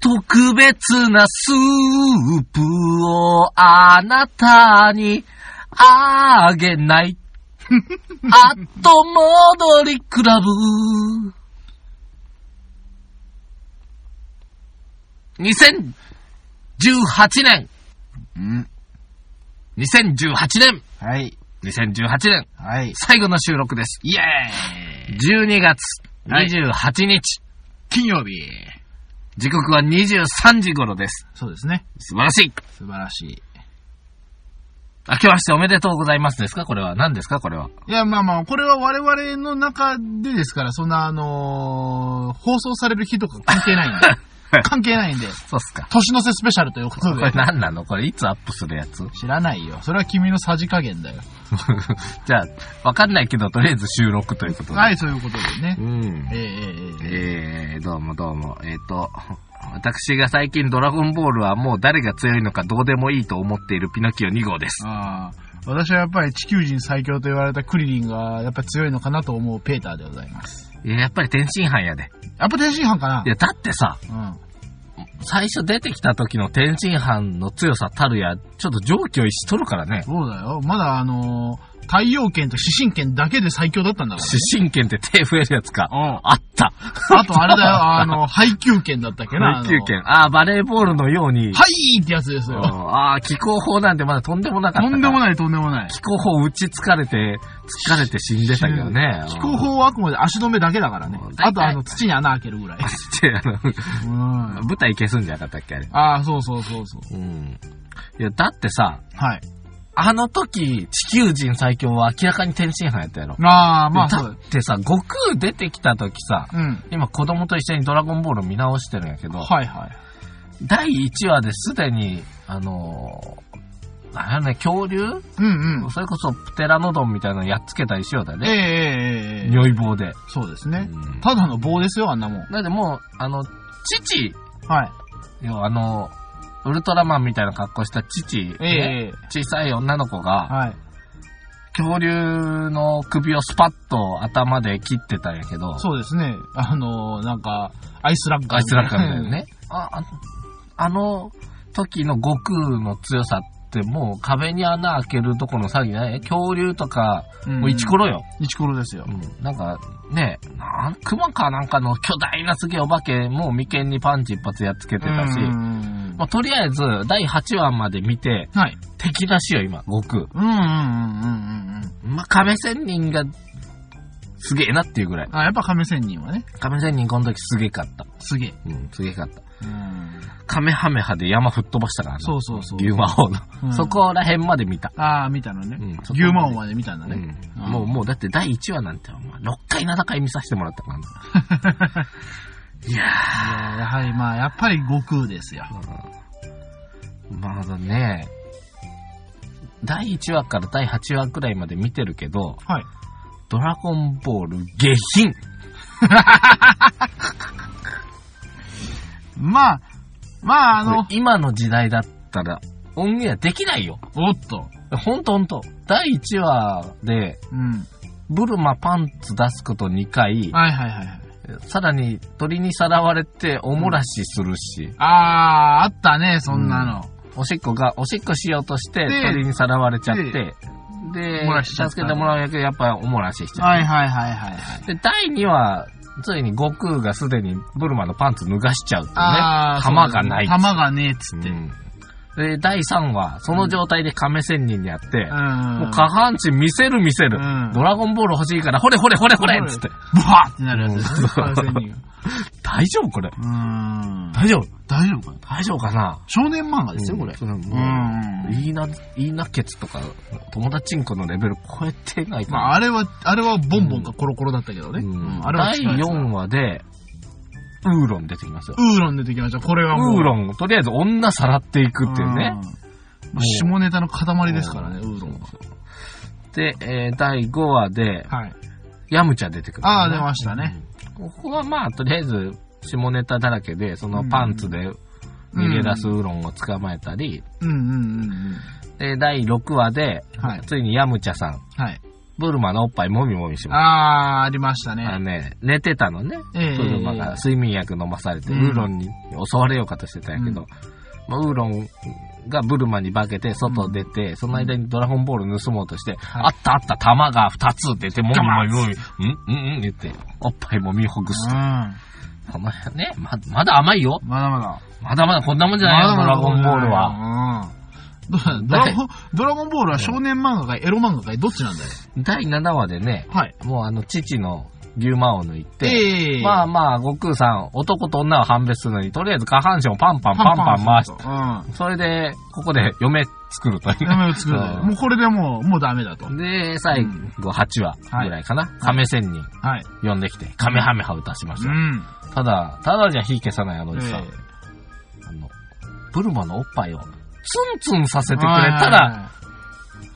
特別なスープをあなたにあげ ない。後戻りクラブ。2018年。うん。 2018年。はい。 2018年。はい。最後の収録です。イェーイ12月はい28日。金曜日。時刻は23時頃です。そうですね。素晴らしい。素晴らしい。明けましておめでとうございますですかこれは。何ですかこれは。いや、まあまあ、これは我々の中でですから、そんな、あのー放送される日とか関係ないん ではい。関係ないんで、そうっすか。年の瀬スペシャルということこでれ。何なのこれいつアップするやつ知らないよ。それは君のさじ加減だよ。じゃあ、わかんないけど、とりあえず収録ということで。はい、そういうことでねう。んえ。ええええええー、どうもどうも。えっ、と、私が最近ドラゴンボールはもう誰が強いのかどうでもいいと思っているピノキオ2号です。ああ。私はやっぱり地球人最強と言われたクリリンがやっぱり強いのかなと思うペーターでございます。いややっぱり天津飯やで。やっぱ天津飯かないや、だってさ、うん。最初出てきた時の天津飯の強さたるや、ちょっと上気を逸しとるからね。そうだよ。まだあのー太陽圏と四神圏だけで最強だったんだか出身権って手増えるやつか。ら。うん。あった。 あとあれだよ、あの、配給券だったっけな。あの配球権。あーバレーボールのように。はいーってやつですうんよ。あー気候法なんてまだとんでもなかったとからんでもない、とんでもない。気候法打ち疲れて、疲れて死んでたけどね。気候法はあくまで足止めだけだからねうん。あとあの、土に穴開けるぐらい。って、 あの、うん。舞台消すんじゃなかったっけあれ。ああ、そうそうそうそう。うん。いや、だってさ、はい。あの時、地球人最強は明らかに天津飯やったやろ。ああ、まあそうだだってさ、悟空出てきた時さ、うん。今子供と一緒にドラゴンボール見直してるんやけど、はいはい。第1話ですでに、あのー、あれね、恐竜うんうん。それこそプテラノドンみたいなのやっつけたりしようだよえね。えええええ如意棒で。そうですうね。んただの棒ですよ、あんなもん。だってもう、あの、父はい。よ、あの、ウルトラマンみたいな格好した父、えねえええ小さい女の子が、はい。恐竜の首をスパッと頭で切ってたんやけど、そうですね。あのー、なんか、アイスラッガー。あいつらかみたいな。ね。あ、ああの時の悟空の強さってもう壁に穴開けるとこの詐欺ない恐竜とか、うんもうイチコロよ。イチコロですよ。うんなんかね、なんクマかなんかの巨大なすげえお化けもう眉間にパンチ一発やっつけてたし、うんまあ、とりあえず第8話まで見て、はい。敵らしいよ今、悟空。うんうんうんうんうんうん。まあ、亀仙人がすげえなっていうぐらい。あ、やっぱ亀仙人はね、亀仙人この時すげえかった。すげえ。うん、すげえかった。うん。亀ハメハで山吹っ飛ばしたからね。そうそうそう。牛魔王の。うんそこら辺まで見た。ああ、見たのね。うん牛魔王まで見たんだね。うんうんもう、もう、だって第1話なんて、お前6回、7回見させてもらったからな。いやいややはりまあ、やっぱり悟空ですよ。ー、まだね、第1話から第8話くらいまで見てるけど、はい。ドラゴンボール下品。まあ、まあ、あのこ、れ今の時代だったら、オンエアできないよ。おっと。ほんとほんと。第1話で、うん。ブルマパンツ出すこと2回、はいはいはいはい。さらに鳥にさらわれておもらしするし、ああ、あったね、そんなの。おしっこが、おしっこしようとしてで鳥にさらわれちゃって、で、おもらししちゃった助けてもらうやけどやっぱりおもらししちゃう。はいはいはいはいはい。で、第2話、ついに悟空がすでにブルマのパンツ脱がしちゃうっていうね。ああ、玉がないそうだね玉がねえっつって。うんで、第3話、その状態で亀仙人にやって、んもう下半身見せる見せる。うんドラゴンボール欲しいから、ほれほれほれほれっつって。ブワーってなるやつですね。うん完全に大丈夫これ。うーん。大丈夫大丈夫かな大丈夫かな少年漫画ですよ、これ。そうだもううんいいな、いいなケツとか、友達んこのレベル超えてないかまら。あ、あれは、あれはボンボンかコロコロだったけどね。ううんんあれは第近いやつだ4話で、ウーロン出てきますよ。ウーロン出てきました。これはもう。ウーロンをとりあえず女さらっていくっていうね。うん。もう下ネタの塊ですからね、ウーロンは。で、えー第5話で、はい。ヤムチャ出てくる、ああ、出ましたね。ここはまあ、とりあえず、下ネタだらけで、そのパンツで逃げ出すウーロンを捕まえたり、うんうんうんうん。で、第6話で、はいついにヤムチャさん、はい。ブルマのおっぱいもみもみしましあー、ありましたた。あのね。ね、寝てたのね。ええブルマが睡眠薬飲まされて、ウうんーロンに襲われようかとしてたんやけど、まあ、ウーロンがブルマに化けて、外出て、その間にドラゴンボール盗もうとして、いあったあった、玉が二つ出て、もみもみもガバみ、うんうんうん言って、おっぱいもみほぐうすん。と。まこの辺ね、ま、まだ甘いよ。だまだ。まだまだこんなもんじゃないよ、ドラゴンボールは。は。うん。ドラゴン、ドラゴンボールは少年漫画かエロ漫画かどっちなんだよ。第7話でね、はい。もうあの、父の牛魔王抜いて、ええまあまあ、悟空さん、男と女を判別するのに、とりあえず下半身をパンパンパンパン回して、うん。それで、ここで嫁作るという やめを作るんだよ。うんもうこれでもう、もうダメだと。で、最後8話ぐらいかな。亀仙人はい。呼んできて、亀ハメハ歌しましうた。ん。ただ、ただじゃ火消さないあのおじさん、ええあの、ブルマのおっぱいをツンツンさせてくれたら、、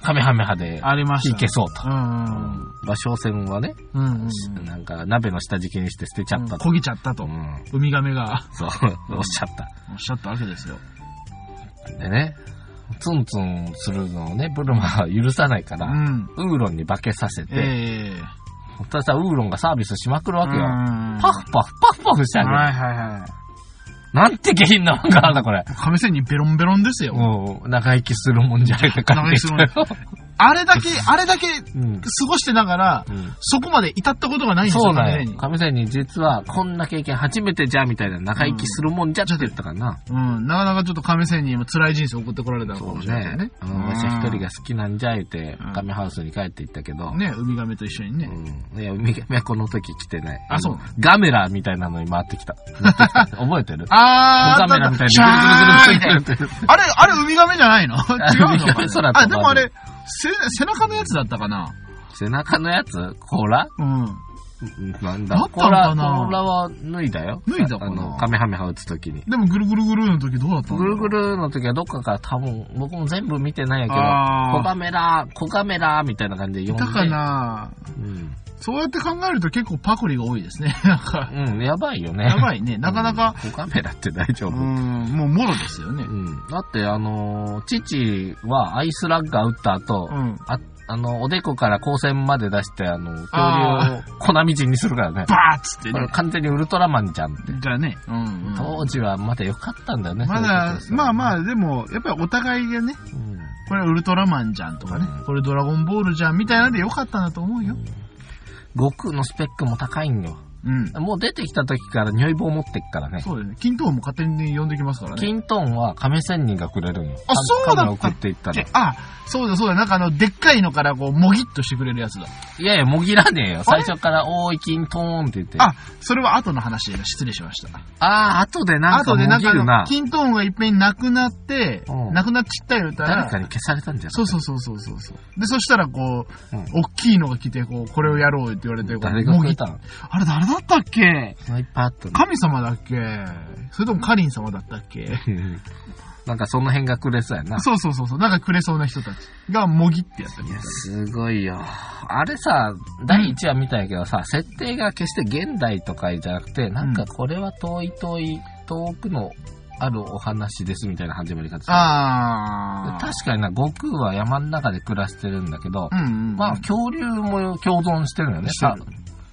亀ハメハでありま火したね。消そうと。うん馬小戦はね、うんうん。うんうん。なんか鍋の下敷きにして捨てちゃったと。こぎちゃったとう。ん、ウミガメがそう、おっしゃった。おっしゃったわけですよ。でね、ツンツンするのをね、ブルマは許さないかうら、ん。ウーロンに化けさせて、ええ。そしたらウーロンがサービスしまくるわけよ。うんパフパフ、パフパフしてあげる。はいはいはい。なんて下品な漫画なんだ、これ。亀仙人ベロンベロンですよ。もう、長生きするもんじゃないか、長生きするもん感あれだけ、あれだけ過じだようん。ごしてながら、うんそこまで至ったことがないんですよ、そうだ亀仙よ。人亀仙人実は、こんな経験初めてじゃ、みたいな、長生きするもんじゃって言ったからな。うん、なかなかちょっと亀仙人も辛い人生送ってこられたのかそうもしれないね。ね。うん。私は一人が好きなんじゃ、言うて、亀ハウスに帰って行ったけど、ね、ウミガメと一緒にね。うん。いや、海はこの時来てない。あそうのガメラみたいなのに回ってきた。乗ってきた覚えてるあー、ガメラみたいシャーみたないな。。あれ、あれウミガメじ ゃないの違うのウミガかメ空ね飛ばあ、ずでもあれ、せ背中のやつだったかな背中のやつ甲羅うん。なんだだった甲の羅、か甲な羅は脱いだよ。脱いだかなあの、カメハメハ打つ時に。でもぐるぐるぐるの時どうだったのぐるぐるの時はどっかから多分、僕も全部見てないんやけあーど、小カメラ、小カメラみたいな感じでい呼んたで。かなうん。そうやって考えると結構パクリが多いですね。 なんか、うん、やばいよね。やばいね。なかなか、うん。小カメラって大丈う夫ん、もうもろですよねう。ん。だって、あのー、父はアイスラッガー打った後、うん。あ、あの、おでこから光線まで出して、あの、あ恐竜を粉みじんにするからね。バーッつってこれね。完全にウルトラマンじゃんって。だね。うん、うん。当時はまだ良かったんだよね。まだ、まあまあ。あ、でも、やっぱりお互いがね、うんこれウルトラマンじゃんとかね、うんこれドラゴンボールじゃんみたいなんでよかったんだと思うよ。悟空のスペックも高いんよ。うん。もう出てきた時から匂い棒持ってっからね。そうだよね。金トーンも勝手に呼んできますからね。金トンは亀仙人がくれるんよ。あそうだ亀送っていったら。であ、そうだそうだ、なんかあの、でっかいのからこう、もぎっとしてくれるやつだ。いやいや、もぎらねえよ。あ最れ初から、おーい、金トーンって言って。あ、それは後の話で失礼しました。あー、後でなんか後もぎでなんかあるなの、。金トーンがいっぺんなくなって、うんなくなっちったよ、た誰らか。に消されたんじゃん。そうそうそうそうそうそう。で、そしたらこう、うん大きいのが来て、こう、これをやろうって言われて、こ誰うがも食ぎえったのあれ誰だったっけそんないっぱいあったの。神様だっけそれともカリン様だったっけうんなんかその辺がくれそうやな。そうそうそうそう、なんかくれそうな人たちがもぎってやったいみたや、いな。すごいよ。あれさ、第1話見たんやけどさ、設定が決して現代とかじゃなくて、なんかこれは遠い遠い、遠くのあるお話ですみたいな始まり方するあー。確かにな、悟空は山の中で暮らしてるんだけど、うんうん。まあ恐竜も共存してるのよね。してるさ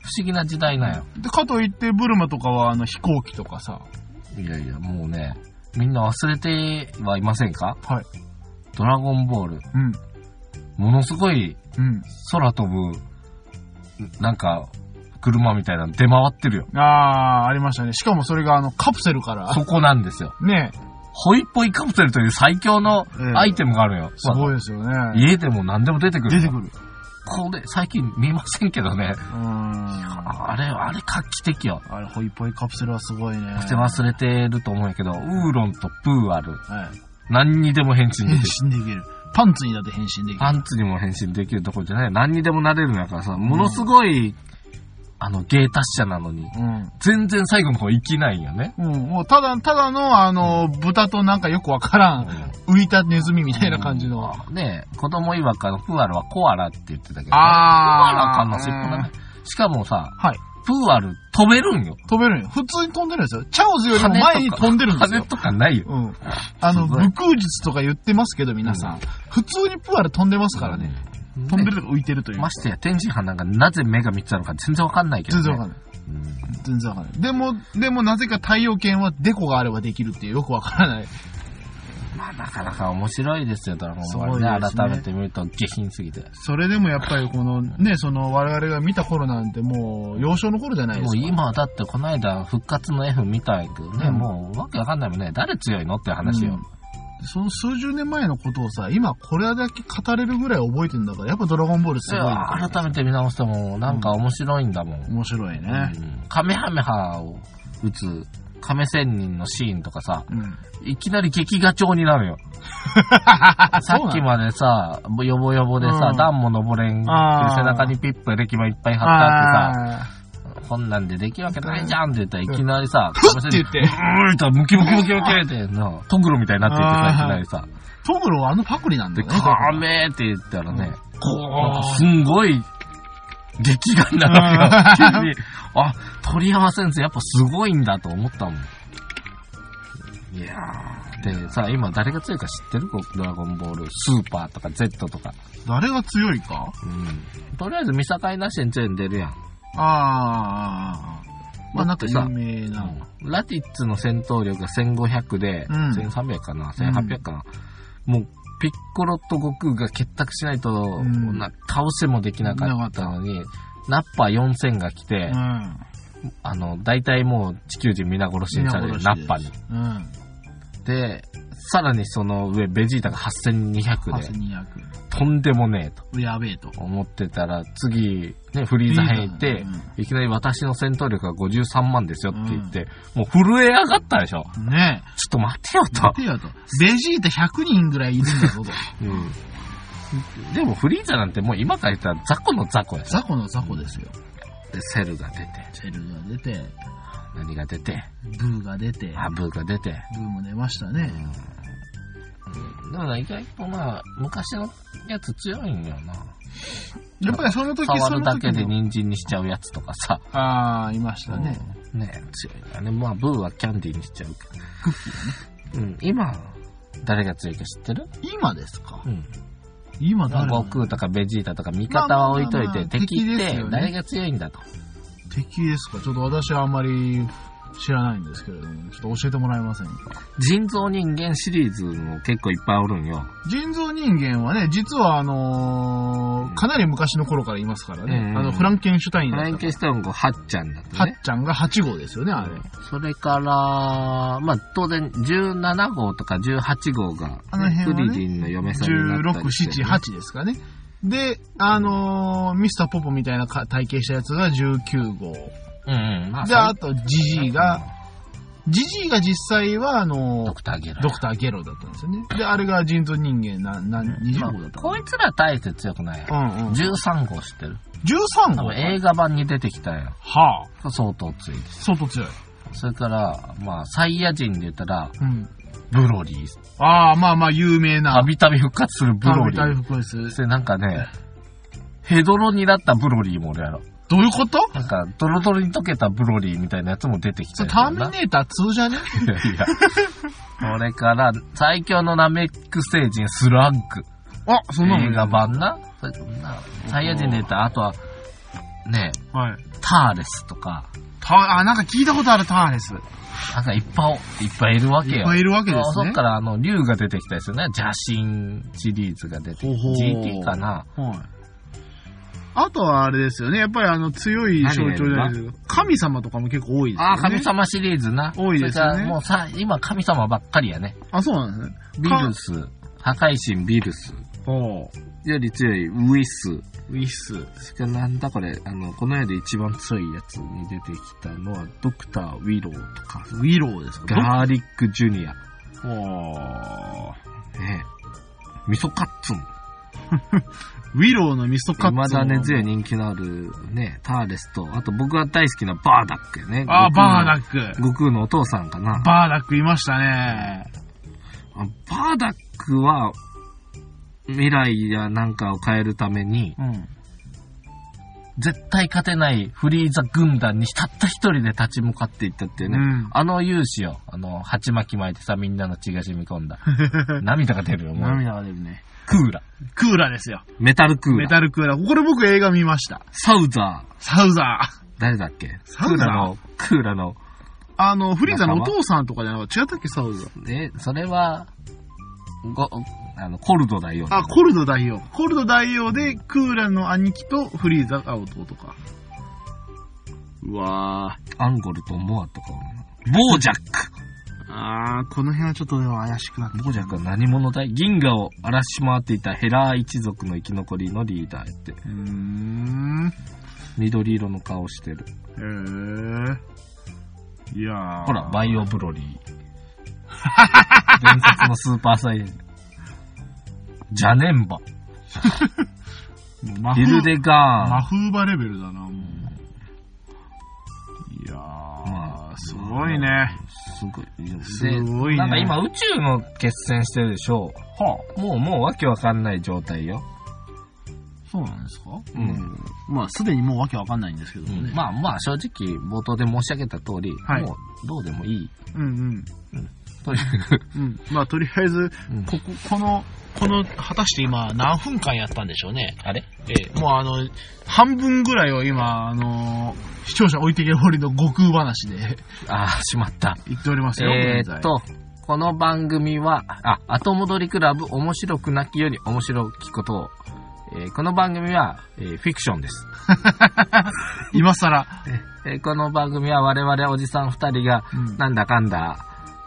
不思議な時代なんよ。で、かといって、ブルマとかは、あの、飛行機とかさ、いやいや、もうね、みんな忘れてはいませんかはい。ドラゴンボール、うん。ものすごいうん。空飛ぶ、なんか、車みたいなの出回って るよ。あー、ありましたね。しかもそれが、あの、カプセルから、そこなんですよ。ね、ホイポイカプセルという最強のアイテムがあるよ。すごいですよね。家でも何でも出てくる。出てくる。これ、最近見ませんけどね。うーん。あれ、あれ画期的よ。あれ、ホイポイカプセルはすごいね。そして忘れてると思うんやけど、ウーロンとプーアル、はい。何にでも変身で変きる。身できる。パンツにだって変身できるパ。ンツにも変身できるとこじゃない。何にでもなれるんやからさ、ものすごい、あの、芸達者なのに、うん。全然最後の方生きないんよね。うん、もうただ、ただの、あの、豚となんかよくわからん、浮いたネズミみたいな感じの。あねえ、子供曰くあのプーアルはコアラって言ってたけど、コあアラかな、尻尾だね。しかもさ、はい。プーアル飛べるんよ。飛べるんよ。普通に飛んでるんですよ。チャオズよりも前に飛んでるんです羽よと。かないよ。うん。あの、すごい武空術とか言ってますけど、皆さん。普通にプアル飛んでますからね。飛んでるとか浮いてるという。ましてや、天津飯なんかなぜ目が3つあるのか全然わかんないけど、全ね。然わかんない。うん全然わかんない。でも、でもなぜか太陽圏はデコがあればできるっていうよくわからない。まあ、なかなか面白いですよ、ドラゴンボールそうね。ですね改めて見ると下品すぎて。それでもやっぱりこのね、その我々が見た頃なんてもう幼少の頃じゃないでですもか。今だってこの間復活の F 見たいけどね、うんもうわけわかんないもんね。誰強いのっていう話よ。うんその数十年前のことをさ、今これだけ語れるぐらい覚えてるんだから、やっぱドラゴンボールすそごれいよは改めて見直してもなんか面白いんだもん。面白いね。うんカメハメハを打つ亀仙人のシーンとかさ、うん。いきなり劇画調にな るよ。さっきまでさ、ヨボヨボでさ、うん段も登れんってあー背中にピップ歴板いっぱい貼ってあってさ、あこんなんでできるわけないじゃんって言ったらいきなりさ、ーふって言ってう、ーんとムキムキムキムキってな、トグロみたいになっていってさ、いきなりさ、トグロはあのパクリなんだで、よね。カメーって言ったらね、なんこかすんごい、劇画になるわけよ。急にあ、鳥山先生やっぱすごいんだと思ったもん。いやー。で、さ、今誰が強いか知ってるドラゴンボール。スーパーとか Z とか。う。 誰が強いかうん。とりあえず見境なしに強いの出るやん。ああ。まあなんか有名な。うんラティッツの戦闘力が1500で、うん1300かな、1800かな。もう、ピッコロと悟空が結託しないと、んな倒せもできなかったのに、ナッパ4000が来て、うん。あの、大体もう地球人皆殺しにされる、皆ナ殺しッパに。うん。で、さらにその上、ベジータが8200で、 8200。とんでもねえとやべえと。思ってたら、次、ね、フリーザ編いて、いきなり私の戦闘力が53万ですよって言って、もう震え上がったでしょ。うん。ねえ。ちょっと待てよと待。てよと。ベジータ100人ぐらいいるんだぞと。うん。でもフリーザなんてもう今から言ったら雑魚の雑魚やザコのザコですよ。で、セルが出て、セルが出て、何が出て、ブーが出て、ハブーが出て、ブーも出ましたね。うんだから意外とまあ、昔のやつ強いんよな。やっぱりその時触そるのだ時けでの。人参にしちゃうやつとかさ。ああ、いましたね。うん。ね強いよね。まあ、ブーはキャンディーにしちゃうけど。うん、今、誰が強いか知ってる今ですかうん。今誰悟が空とかベジータとか味方は置いといまあまあまて、あ敵っ敵ですてよね誰が強いんだと。敵ですかちょっと私はあんまり知らないんですけれども、ちょっと教えてもらえませんか人造人間シリーズも結構いっぱいおるんよ。人造人間はね、実はあのーかなり昔の頃からいますからね。うんあの、フランケンシュタインフだライっンた。ケンシュタインがハッちゃんだったはね。っちゃんが8号ですよね、あれ。それから、まあ、当然、17号とか18号が、あの辺はねクリリンの嫁さんになった16、りして、 7、8ですかね。で、あのーミスターポポみたいなか体型したやつが19号。うんうん。まで、あそと、ジジイれが、、ジジイが実際は、あのドークターゲラ。ドクターゲロだったんですよね。で、あれが人造人間な、な、20号だったかこいつら大して強くないよ。な。うんうん。 13号知ってる13多号分映画版に出てきたよ。はあ、相当強いです。相当強い。それから、まあ、サイヤ人で言ったら、うん。ブロリー。ああ、まあまあ、有名なた。びたび復活するブロリ大ー。福です。それなんかね、ヘドロになったブロリーも俺やろ。どういうことなんか、ドロドロに溶けたブロリーみたいなやつも出てきそたれよターミなネーター2じゃねいや いや。それから、最強のナメック星人、スラッグ。あ、そんなもん。映画版な。それなサイヤ人で言ったら、あとは、ねはい。ターレスとか、タあ、なんか聞いたことあるターレス。なんかいっぱい、いっぱいいるわけいっよ。ぱいいるわけであすそねっ。から、あの、竜が出てきたですよね。邪神シリーズが出てきて、ほうほう GT かな。はい。あとはあれですよね。やっぱりあの強い象徴じゃないですか。神様とかも結構多いですよああ、ね。神様シリーズな。多いですよそれかねらもうさ、今神様ばっかりやね。あ、そうなんですね。ビルス、破壊神ビルスほより強いウィス、う。ウィス。それからなんだこれ、あの、この世で一番強いやつに出てきたのは、ドクター・ウィローとか、ウィローですかガーリック・ジュニア、ほう。ねえ、ミソカッツン、ウィローのミストカッ未ツだね、強いに。人気のある、ね、ターレスと、あと僕が大好きなバーダックやね。あー、バーッダックク。。悟空のお父さんかな。バーダックいましたね。あバーダックは、未来やなんかを変えるために、うん。絶対勝てないフリーザ軍団にたった一人で立ち向かっていったっていうね。うんあの勇姿よ。あの、鉢巻き巻いてさ、みんなの血が染み込ん だ。涙が出るよ、もう。涙が出るね。クーラ。クーラーですよ。メタルクーラ。メタルクーラー。これ僕映画見ました。サウザー。サウザ ー。誰だっけサウクーザーラの、クーラの。あの、フリーザのお父さんとかじゃなかった違ったっけ、サウザー。え、それは、ご、あの、コルド大王。あ、コルド大王。コルド大王で、クーラーの兄貴とフリーザが弟か。うわぁ。アンゴルとモアとか。ボージャックあー、この辺はちょっとでも怪しくなってきボージャックは何者だい銀河を荒らし回っていたヘラー一族の生き残りのリーダーやって。うーん。緑色の顔してる。へー。いやー。ほら、バイオブ ロリー。伝説のスーパーサイヤ人。ジャネンバ。魔ヒル風、デガ魔ーン。風場レベルだな、もう。いやまあ、ーすごいね。すごい。すごいね。なんか今宇宙の決戦してるでしょ。もうもうわけわかんない状態よ。そうなんですかううんん。まあ、すでにもうわけわかんないんですけどもね。まあまあ正直冒頭で申し上げた通り、はいもうどうでもいい。うんうん。という。うん。まあ、とりあえず、うんここ、この、この、果たして今、何分間やったんでしょうね。あれええもうあの、半分ぐらいを今、あの視聴者置いてけぼりの悟空話で ああ、しまった。言っておりますよ。え現ー、っ在。と、この番組は、あ、後戻りクラブ面白くなきより面白きことを、えーこの番組は、えーフィクションです。今更。えーこの番組は我々おじさん二人が、うんなんだかんだ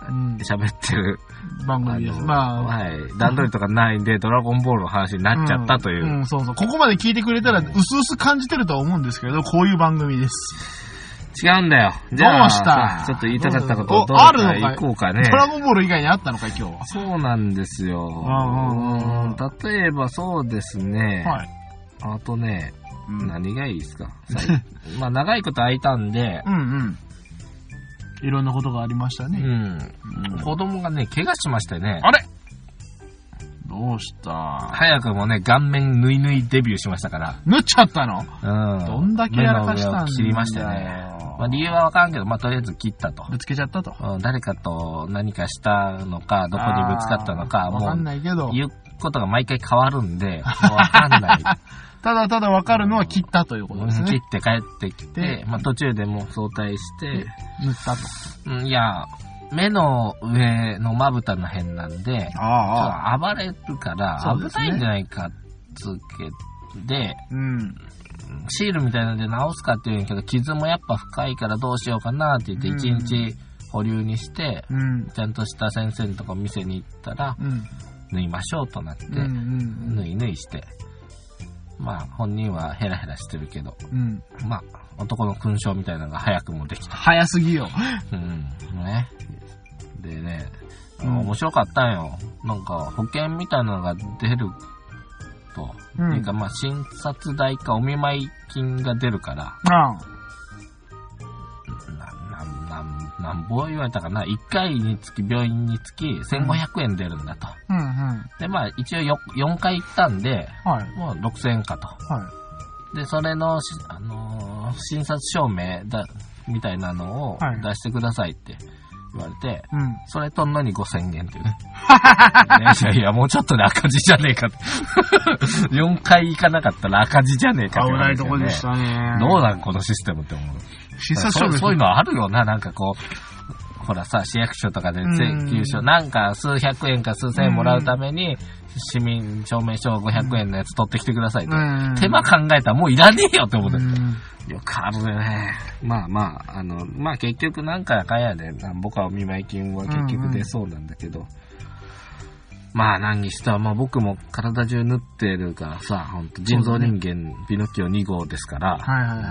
うん喋ってる、番組です。まあ、はい、段取りとかない んで、ドラゴンボールの話になっちゃったという。うんうんそうそう。ここまで聞いてくれたら、うすうす感じてるとは思うんですけど、こういう番組です。違うんだよ。じゃどあ、うしたさちょっと言いたかったことどをうどうぞおかあるの行かいこうかね。ドラゴンボール以外にあったのか、今日は。そうなんですよ。んうんうんうん例えばそうですね。はい。あとね、うん何がいいですか最後 まあ長いこと空いたんで、うんうん。いろんなことがありましたうね。ん、うん子供がね、怪我しましてね、あれどうした早くもね、顔面ぬいぬいデビューしましたから、縫っちゃったのうん、どんだけやらかしたん目の上だをよ切りましてね。まあ、理由はわからんけど、まあ、とりあえず切ったと。ぶつけちゃったと。うん誰かと何かしたのか、どこにぶつかったのか、あーわかんもないけどう、、言うことが毎回変わるんで、 もうわかんない。ただただわかるのは切ったということです切っね。て帰ってきてで、まあ、途中でもう早退して、塗ったと。うんいや、目の上のまぶたの辺なんで、ちょああ。っと暴れるからそう危ですねないんじゃないかっつうけで、うん。シールみたいなので直すかって言うんやけど、傷もやっぱ深いからどうしようかなって言って、うん1日保留にして、うん。ちゃんとした先生のとこ店に行ったら、うん。縫いましょうとなって、うん。うん縫い縫いして、まあ本人はヘラヘラしてるけど、うん。まあ男の勲章みたいなのが早くもできた。早すぎよ。うん、ね。でね、あうんの面白かったんよ。なんか、保険みたいなのが出ると。うっていうんか、。まあ、診察代かお見舞い金が出るから、あな、な、な、なんぼ言われたかな。1回につき、病院につき、1500円出るんだと。うんうん。で、まあ、一応よ4回行ったんで、はい。もう6000円かと。はで、それのし、あのー診察証明だ、みたいなのをはい出してくださいって言われて、い。うん。それとんのに5000円っていうね。 いやいや、もうちょっとで赤字じゃねえかって。4回 行かなかったら赤字じゃねえかって言危わなれいてとるこよね、でしたね。どうなんこのシステムって思う。診察そ書う明そういうのあるよな、なんかこう。ほらさ、市役所とかで請求書、うんなんか数百円か数千円もらうために、市民証明書500円のやつ取ってきてくださいと。うん。手間考えたらもういらねえよって思ううねん。よくあるね。まあまあ、あの、まあ結局なんかかんやで、なんぼかお見舞い金は結局出そうなんだけど。まあ何にしたら、まあ僕も体中縫ってるからさ、ほんと人造人間、ピノキオ2号ですから、はいはいはいはい。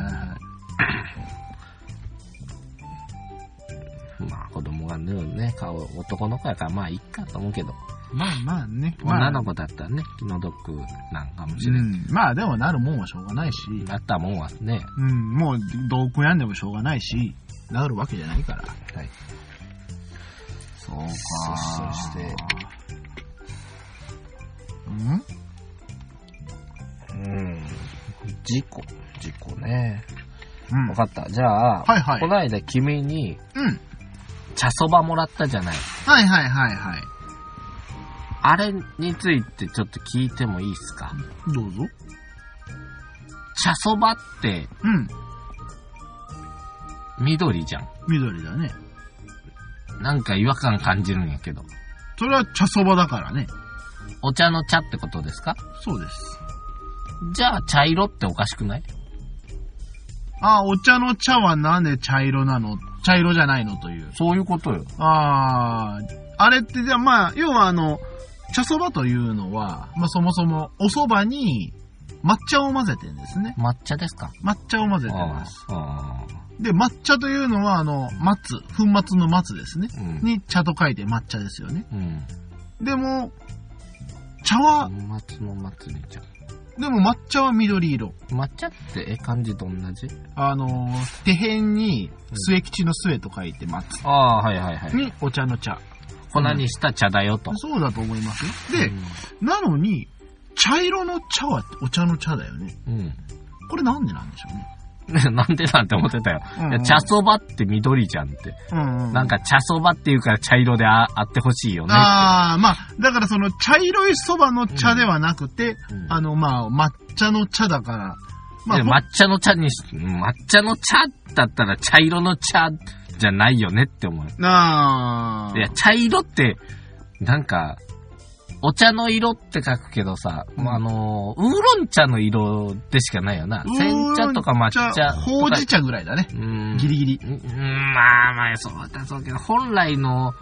まあ子供が縫うね、顔男の子やからまあいいかと思うけど、まあまあね。女の子だったらね、気の毒なんかもしうれない。ん。まあでもなるもんはしょうがないし。だったもんはね、うん。もう、どう悔やんでもしょうがないし、なるわけじゃないから。はい、そうかそそして。ううんん。事故。事故ね。うん。わかった。じゃあ、はいはいこ。の間君にうん。茶そばもらったじゃない。はいはいはいはい。あれについてちょっと聞いてもいいですかどうぞ。茶そばってうん。緑じゃん。緑だね。なんか違和感感じるんやけど。それは茶そばだからね。お茶の茶ってことですかそうです。じゃあ茶色っておかしくないああ、お茶の茶はなんで茶色なの茶色じゃないのという。そういうことよ。ああ、あれってじゃあまあ、要はあの、茶そばというのは、まあそもそもお蕎麦に抹茶を混ぜてるんですね。抹茶ですか抹茶を混ぜてます。あで、抹茶というのはあの、松、粉末の松ですね。あ。うん。に茶と書いて抹茶ですよね。うん。でも、茶は、粉末の祭りじゃん。でも抹茶は緑色。抹茶ってええ感じと同じあのー、手辺に末吉の末と書いて松。ああ、はいはいはい。にお茶の茶。粉にした茶だよと。そうだと思いますうよ。で、んなのに、茶色の茶はお茶の茶だよね。うん。これなんでなんでしょうね。ねなん でなんて思ってたよ。うんうんいや茶そばって緑じゃんって。うんうんなんか茶そばっていうから茶色でああってほしいよね。ああ、まあ、だからその茶色いそばの茶ではなくて、うんあの、まあ、抹茶の茶だから、まであ、抹茶の茶にし、うん抹茶の茶だったら茶色の茶じゃないよねって思う。なあ、いや、茶色って、なんか、お茶の色って書くけどさ、うんもうあのー、ウーロン茶の色でしかないよな。煎茶とか抹茶とか。ほうじ茶ぐらいだね。うんギリギリ。うんうん、まあまあ、そうだそうだけど、本来の、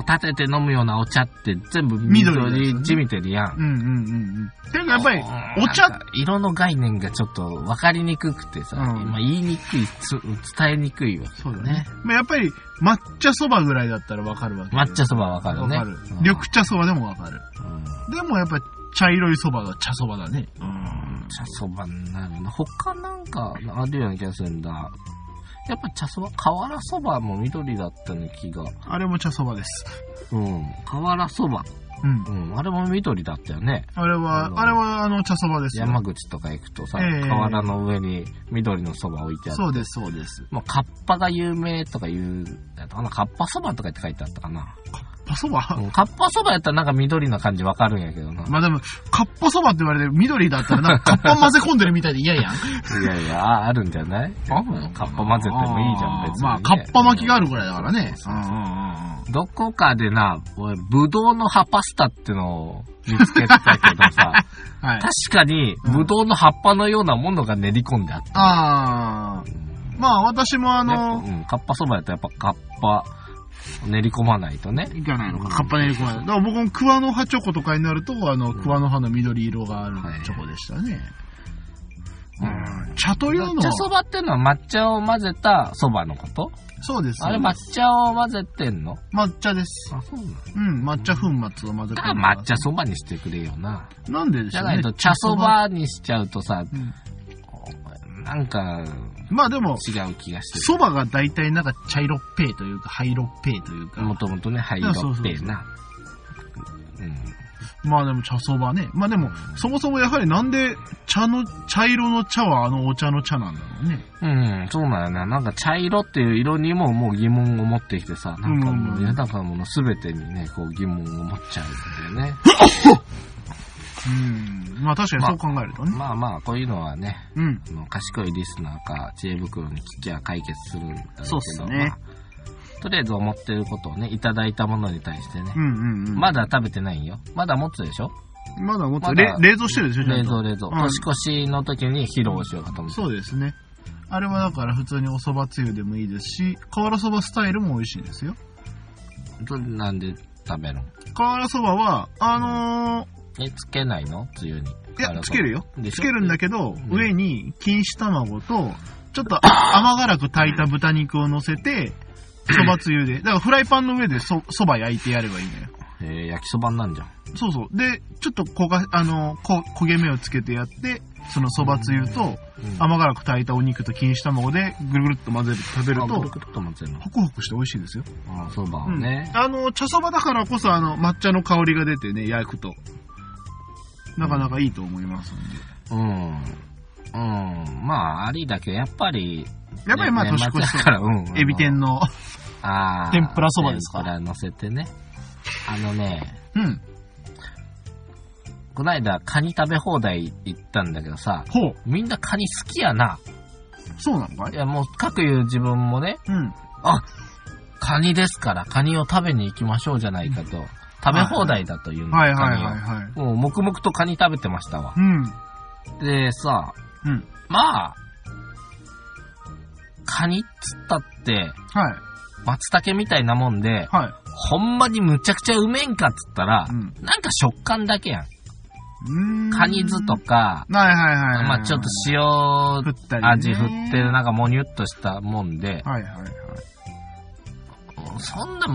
立てて飲むようなお茶って全部緑です緑ねじみてるやん。うんうんうんうん。ていうかやっぱり、お茶なんか色の概念がちょっと分かりにくくてさ、うん今言いにくい、つ伝えにくいわ。そうだね。まあ、やっぱり、抹茶そばぐらいだったらわかるわけ。抹茶そば分かるね。わかるうん。緑茶そばでもわかる。うんでもやっぱり、茶色いそばが茶そばだね。茶そばになるな。他なんかあるような気がするんだ。やっぱ茶そば、瓦そばも緑だったね、気が。あれも茶そばです。うん。瓦そば。うんう。ん。あれも緑だったよね。あれは、あれは、あの、茶そばですよ。山口とか行くとさ、ええ河原の上に緑のそば置いてある。そうです、そうです。まあ、カッパが有名とか言う、やったかな、カッパそばとかって書いてあったかな。パそば、うんカッパそばやったらなんか緑な感じわかるんやけどな。まあでも、カッパそばって言われて緑だったら、なん かカッパ混ぜ込んでるみたいで嫌やん。いやいや、ああるんじゃないあカッパ混ぜてもいいじゃん、別に、ね。まあ、カッパ巻きがあるぐらいだからね。そうそうそううんうんうんどこかでな、俺、ぶどうの葉パスタってのを見つけてたけどさ、 うんはい確。かに、ぶどうの葉っぱのようなものが練り込んであった。あー。まあ、私もあねの、うん、カッパそばやったらやっぱカッパ練り込まないとね。いかないのか。カッパネリコまで。だから僕も桑の葉チョコとかになると、あの、桑の葉の緑色があるはいチョコでしたね。うんうん茶というの抹は茶、そばってのは抹茶を混ぜたそばのことそうです。あれ抹茶を混ぜてんの抹茶です。あ、そうなのうん、抹茶粉末を混ぜだ込かんらだ抹茶そばにしてくれよな。なんででしじょゃうないねと。茶そ。ばにしちゃうとさ、うんなんかまあでも、違う気がしてそばが大体なんか茶色っぺいというか、灰色っぺいというかる。。もともとね、灰色ってえな。まあでも茶そばね。まあでも、そもそもやはりなんで茶の、茶色の茶はあのお茶の茶なんだろうね。うん、うん、そうなんやな。なんか茶色っていう色にももう疑問を持ってきてさ、なんかもううん世の中のもの全てにね、こう疑問を持っちゃうんだよね。うん。まあ確かにそう考えるとね。まあまあ、こういうのはね、うん。あの賢いリスナーか知恵袋に聞きゃ解決するんだろうけど、そうっすまねあとりあえず思ってることをね、いただいたものに対してねう、んうんうん。まだ食べてないよ。まだ持つでしょまだもっと、まだれ冷蔵してるでしょ、ちゃ冷んと蔵冷蔵。うん年越しの時に披露しようかと思って。そうですね。あれはだから普通にお蕎麦つゆでもいいですし、瓦そばスタイルも美味しいですよ。どなんで食べるの瓦そばは、あのえ、つけないのつゆに。ー、いや、つけるよ。でしつょけるんだけど、ん上に錦糸卵と、ちょっ と甘辛く炊いた豚肉を乗せて、そばつゆで。だからフライパンの上でそ、そば焼いてやればいいのよ。えー焼きそばになんじゃん。そうそう。で、ちょっと焦が、あの、こ焦げ目をつけてやって、そのそばつゆとうん甘辛く炊いたお肉と錦糸卵でぐるぐるっと混ぜる食べるあ、とく、るくるっと混ぜるのホ。クホクして美味しいですよ。あ、そばをうんね。あの、茶そばだからこそ、あの、抹茶の香りが出てね、焼くと。なかなかいいと思いますんで。うん。うん、まあ、ありだけど、やっぱり、やっぱりまあね年越年末しだとから、うん、エビ天の、あー天ぷらそばですか天ぷら乗せてね。あのね、うん。こないだカニ食べ放題行ったんだけどさ、ほう。みんなカニ好きやな。そうなのかいいや、もう、各言う自分もね、うん。カニですから、カニを食べに行きましょうじゃないかと。食べ放題だというの、はいはいカはいニはい。を。もう、黙々とカニ食べてましたわ。うん。で、さ、うん。まあ、カニっつったって、はい。松茸みたいなもんで、はい。ほんまにむちゃくちゃうめんかっつったらう、んなんか食感だけやん。うーん。カニ酢とか、はいはいはいはい。まあちょっと振塩ったりね。味振ってる、なんかもにゅっとしたもんで、はいはいはい。そんな、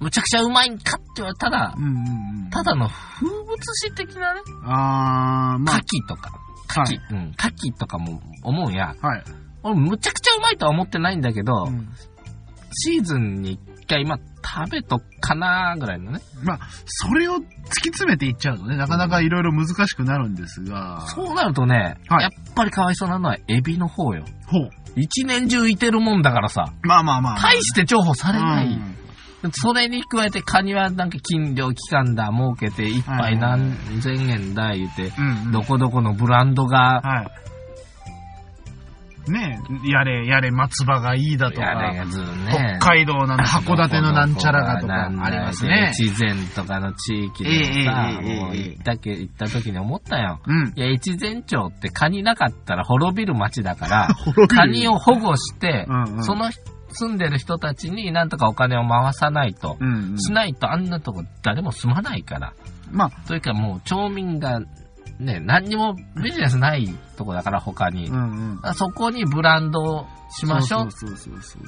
むちゃくちゃうまいんかって言われたらう、んうんうん。ただの風物詩的なね、あー、まあ牡、蠣とか、は牡い。蠣、うん、牡蠣とかも思うや、はい。俺むちゃくちゃうまいとは思ってないんだけど、うんシーズンに一回、まあ、食べとくかなぐらいのね。まあ、それを突き詰めていっちゃうとね、なかなかいろいろ難しくなるんですが、そうなるとね、はいやっぱりかわいそうなのはエビの方よ。ほう。一年中いてるもんだからさ、まあまあまあ。大して重宝されない。うんそれに加えてカニはなんか金料期間だ、儲けて一杯何千円だ、言うて、うんうん。どこどこのブランドが、はい。ねえ、やれ、やれ、松葉がいいだとやれか、がず北ね。海道なの函館のなんちゃらがとかなんだありますね。越前とかの地域でさ、ええええええもう行ったけ、行った時に思ったよ。うん。いや、越前町ってカニなかったら滅びる町だ から、滅びるカニを保護して、うんうんその住んでる人たちになんとかお金を回さないと。うんうん。しないとあんなとこ誰も住まないから。まあ、というかもう町民がね、何にもビジネスないとこだから他に。うんうん。そこにブランドをしましょうそうそうそうそう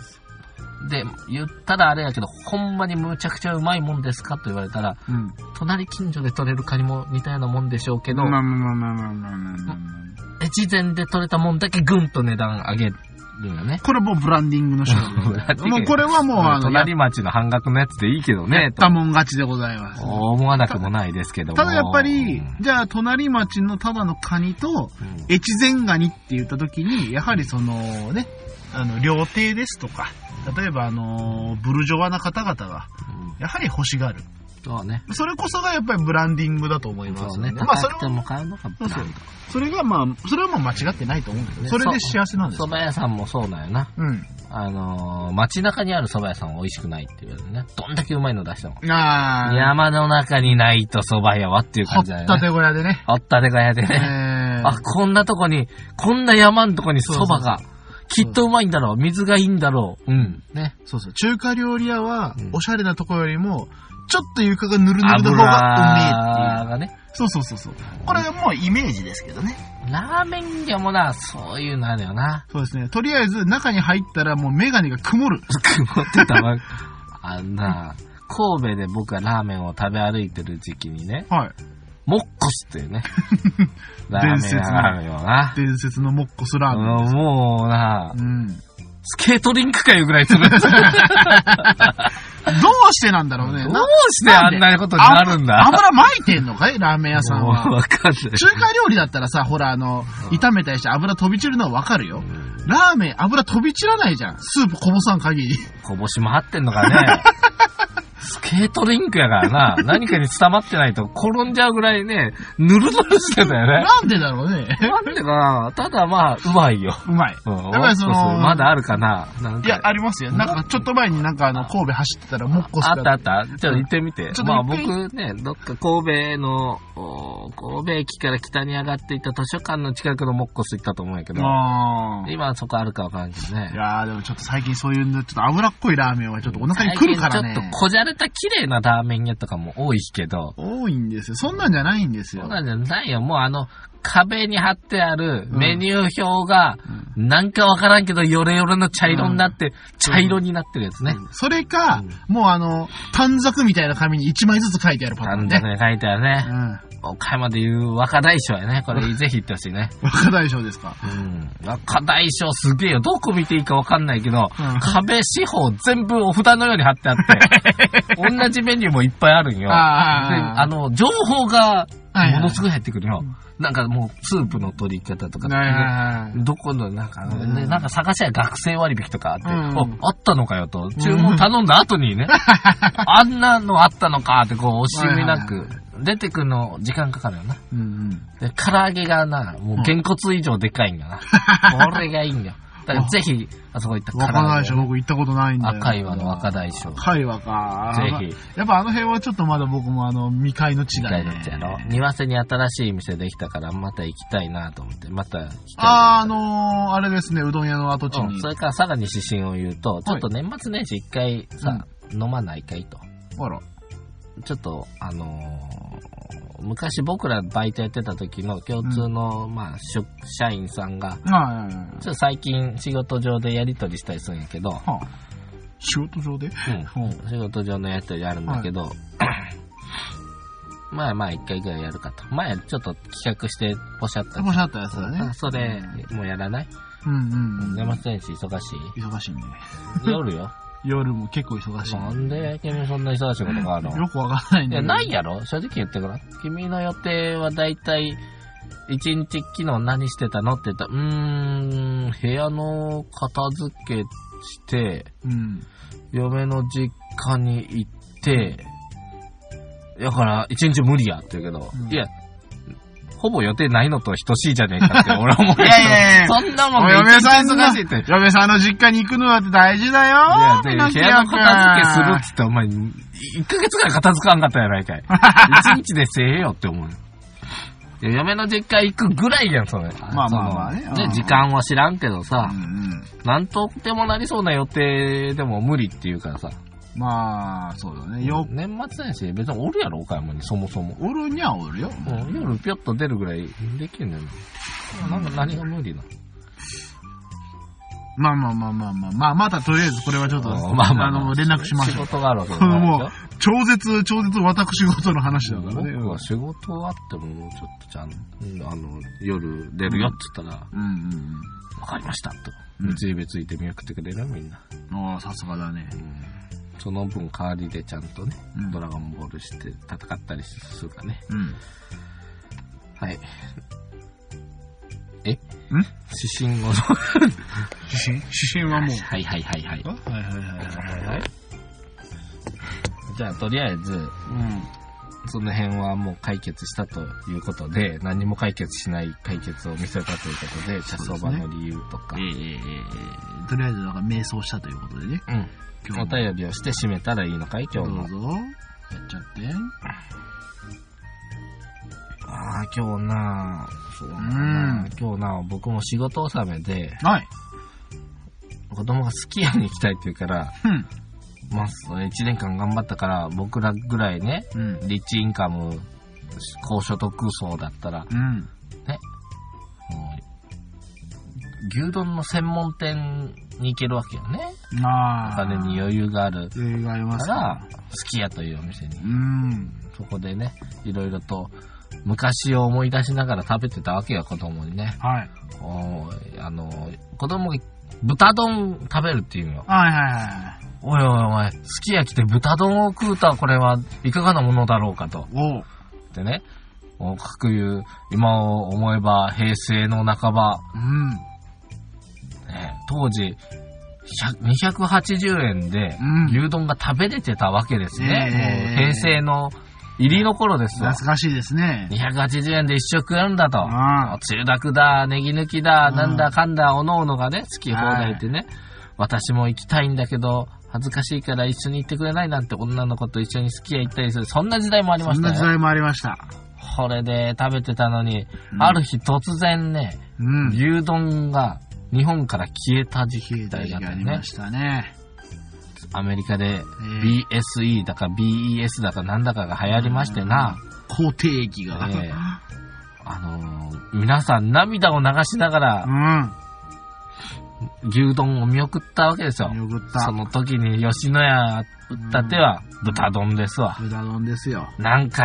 そで、言ったらあれやけど、ほんまにむちゃくちゃうまいもんですかと言われたら、う。うん。隣近所で取れるカニも似たようなもんでしょうけど、まあまあまあまあまあまあまあまあまあ。越前で取れたもんだけぐんと値段上げるよね。これもうブランディングの勝負ブランディ ングもうこれはもう、あの、やっ隣町の半額のやつでいいけどね、とたもん勝ちでございます。思わなくもないですけども。ただやっぱうりん、じゃあ隣町のただのカニと、越前ガニって言った時に、やはりそのね、あの、料亭ですとか、例えばあの、ブルジョワな方々が、やはり欲しがる。そうね。それこそがやっぱりブランディングだと思いまそすうよね。ね。まあそ高れくては、も買うのがブランそれがまあ、それはもう間違ってないと思うんだけど、ねそれで幸せなド。んです蕎麦屋さんもそうなんよな。うん。あのー、街中にある蕎麦屋さんは美味しくないって言われるね。どんだけうまいの出しても。ああ。山の中にないと蕎麦屋はっていう掘感っじだよたね。て小屋でね。あったてがやでえね。ーあ、こんなとこに、こんな山んとこに蕎麦が。きっとうまいんだろう。水がいいんだろう。うん。ね。そうそう。中華料理屋はうん、おしゃれなとこよりも、ちょっと床がぬるぬるの油方がうめえっていう。がね。そうそうそうそう。これがもうイメージですけどね。ラーメン屋もな、そういうのあるよな。そうですね。とりあえず、中に入ったらもうメガネが 曇る。曇ってた わ。あんな、神戸で僕がラーメンを食べ歩いてる時期にね、はい。モッコスっていう ね、ラーメン屋があるよな。伝説のモッコスラーメン。うんもうな、うん。スケートリンクかいうぐらい潰れて た。どうしてなんだろうね。どうなしてあんなことになるんだ油撒いてんのかいラーメン屋さんもうは。わかんない。 中華料理だったらさ、ほらあの、炒めたりして油飛び散るのはわかるよ。ラーメン油飛び散らないじゃん。スープこぼさん限り。こぼし回ってんのかね。スケートリンクやからな、何かに伝まってないと転んじゃうぐらいね、ぬるぬるしてたよね。なんでだろうね。なんでかなただまあ、うまいよ。うまい。うん、だからそのもう少しまだあるかななんいかや、ありますよ。なんか、ちょっと前になんか、あの、神戸走ってたら、モッコスあがったあった。ちょっと行ってみてちょ。っとまあ一回僕ね、どっか神戸の、お神戸駅から北に上がっていった図書館の近くのモッコス行ったと思うんやけど、あー今そこあるかわかんないけどいね。やー、でもちょっと最近そういうの、ちょっと脂っこいラーメンはちょっとお腹に来るからね。最近ちょっとこじゃれた綺麗なラーメン屋とかも多いけど、多いんですよ。そんなんじゃないんですそよう。なんじゃないよ。もうあの、壁に貼ってあるメニュー表が、なんかわからんけど、ヨレヨレの茶色になって、茶色になってるやつね。それか、もうあの、短冊みたいな紙に1枚ずつ書いてあるパター短ン冊ね。に書いてあるうね。ん。岡山でいう若大将やね。これぜひ行ってほしいね。若大将ですか。うん。若大将すげえよ。どこ見ていいかわかんないけど、うん壁、四方全部お札のように貼ってあ って、同じメニューもいっぱいあるんよ。であーあの、情報がはいはいものすごい入ってくるよ。なんかもうスープの取り方とか、はいどこの、なんか、うんねなんか探しゃ学生割引とかあって、うんおあったのかよと、注文頼んだ後 にね、あんなのあったのかってこう惜しみなはいくはい、出てくの時間かかるよな。うんうん。で、唐揚げがな、もううんげんこつ以上でかいんだ な。これがいいんだよ。だからぜひ、あそこ行った若大唐将揚げを僕行ったことないんだよ。赤岩の若大将。ぜ赤岩か。ひ。やっぱあの辺はちょっとまだ僕もあの、未開の地みだたね。いなっちゃろ。庭瀬に新しい店できたから、また行きたいなと思って、また来たあー、あのー、あれですね、うどん屋の跡地うにん、そ。れからさらに指針を言うと、ちょっと年末年始一回さ、飲まないかいと。あら。ちょっと、あのー昔僕らバイトやってた時の共通の、まあ、しょ社員さんが、ああ、ちょっと最近仕事上でやり取りしたりするんやけど、はあ。仕事上でうんうん仕事上のやり取りあるんだけど、まあまあ一回ぐらいやるかと。前ちょっと企画してポシャったおっしゃったやつだね。それ、もうやらないうんうんうん。年末年始忙しい忙しいね。夜 よ。夜も結構忙しいね。なんで君そんな忙しいことがあるのよくわかんないんいだや、けどないやろ正直言ってごらん。君の予定はだいたい、一日昨日何してたのって言ったら、うーん、部屋の片付けして、うん。嫁の実家に行って、だから、一日無理やって言うけど、うんいや、ほぼ予定ないのと等しいじゃねえかって俺は思うけどいやいやいやそんなもんおで一嫁さん日の忙しいって。嫁さんの実家に行くのはって大事だよいや、で、部皆さん屋の片付けするっつって、お前、1ヶ月ぐらい片付かんかったやない かい。1日でせえよって思うよ。いや嫁の実家行くぐらいやん、それ。まあまあまあねそのうん時間は知らんけどさう、んうん。なんとでもなりそうな予定でも無理っていうからさ、まあ、そうだね。よ、年末年始別におるやろ、岡山にそもそも。おるにはおるよ。もう夜ぴょっと出るぐらいできるんだよな。なんか何が無理なのまあまあまあまあまあ、まあまたとりあえずこれはちょっと、あの、連絡しましょう仕。事があるわけじゃこのないでもしうょ。、超絶、超絶私事の話だからね。僕は仕事あっても、もうちょっとちゃん、あの、夜出るよって言ったら、わ、うんうんかりました、と。うんうちに別にいて見送ってくれるよみんな。うん。ああ、さすがだねう。ん。その分代わりでちゃんとね、うんドラゴンボールして戦ったりするかね。うん。はい。えんん指針を。は指針指針はもう。いはいはいはい。はいはいはいはい。じゃあ、とりあえず、その辺はもう解決したということで、何も解決しない解決を見せたということで、茶そうですね相場の理由とかうん。え。えええええとりあえず、なんか瞑想したということでね。うん。今お日も便りをして締めたらいいのかい今日どのう。ぞ。やっちゃって。ああ、今日なそうだな今日な僕も仕事納めで、はい。子供がスキヤに行きたいって言うから、うん。まあ、それ1年間頑張ったから、僕らぐらいね、うん。リッチインカム、高所得層だったら、うん。もう、牛丼の専門店に行けるわけよね。おまあ。金に余裕がある余裕がありまかすら、すき家というお店にう。ん。そこでね、いろいろと、昔を思い出しながら食べてたわけよ、子供にね。はい。おーあの、子供が豚丼食べるっていうのよ。はいはいはい。おいおいお前、すき焼きで豚丼を食うたこれはいかがなものだろうかと。おう。でね、おかくいう、今を思えば平成の半ば、うん。ね当時、100 280円でうん牛丼が食べれてたわけですね。えもえう平成の入りの頃ですわ懐。かしいですね。 280円で一食やるんだと。ああつゆだくだ、ネギ抜きだ、うんなんだかんだ、おのおのがね、好き放題ってね、私も行きたいんだけど、恥ずかしいから一緒に行ってくれないなんて女の子と一緒に好き家行ったりする、そんな時代もありまそしんなた時よ。代もありました。これで食べてたのに、うんある日突然ね、うん。牛丼が日本から消えた時消え期た代時だった期あよりねま。したね。アメリカでええ BSE だか BES だかなんだかが流行りましてな、肯定液が。ええあのー皆さん涙を流しながら、牛丼を見送ったわけですようん。。よくった。その時に吉野家打った手は豚丼ですわ。豚丼ですよ。なんか、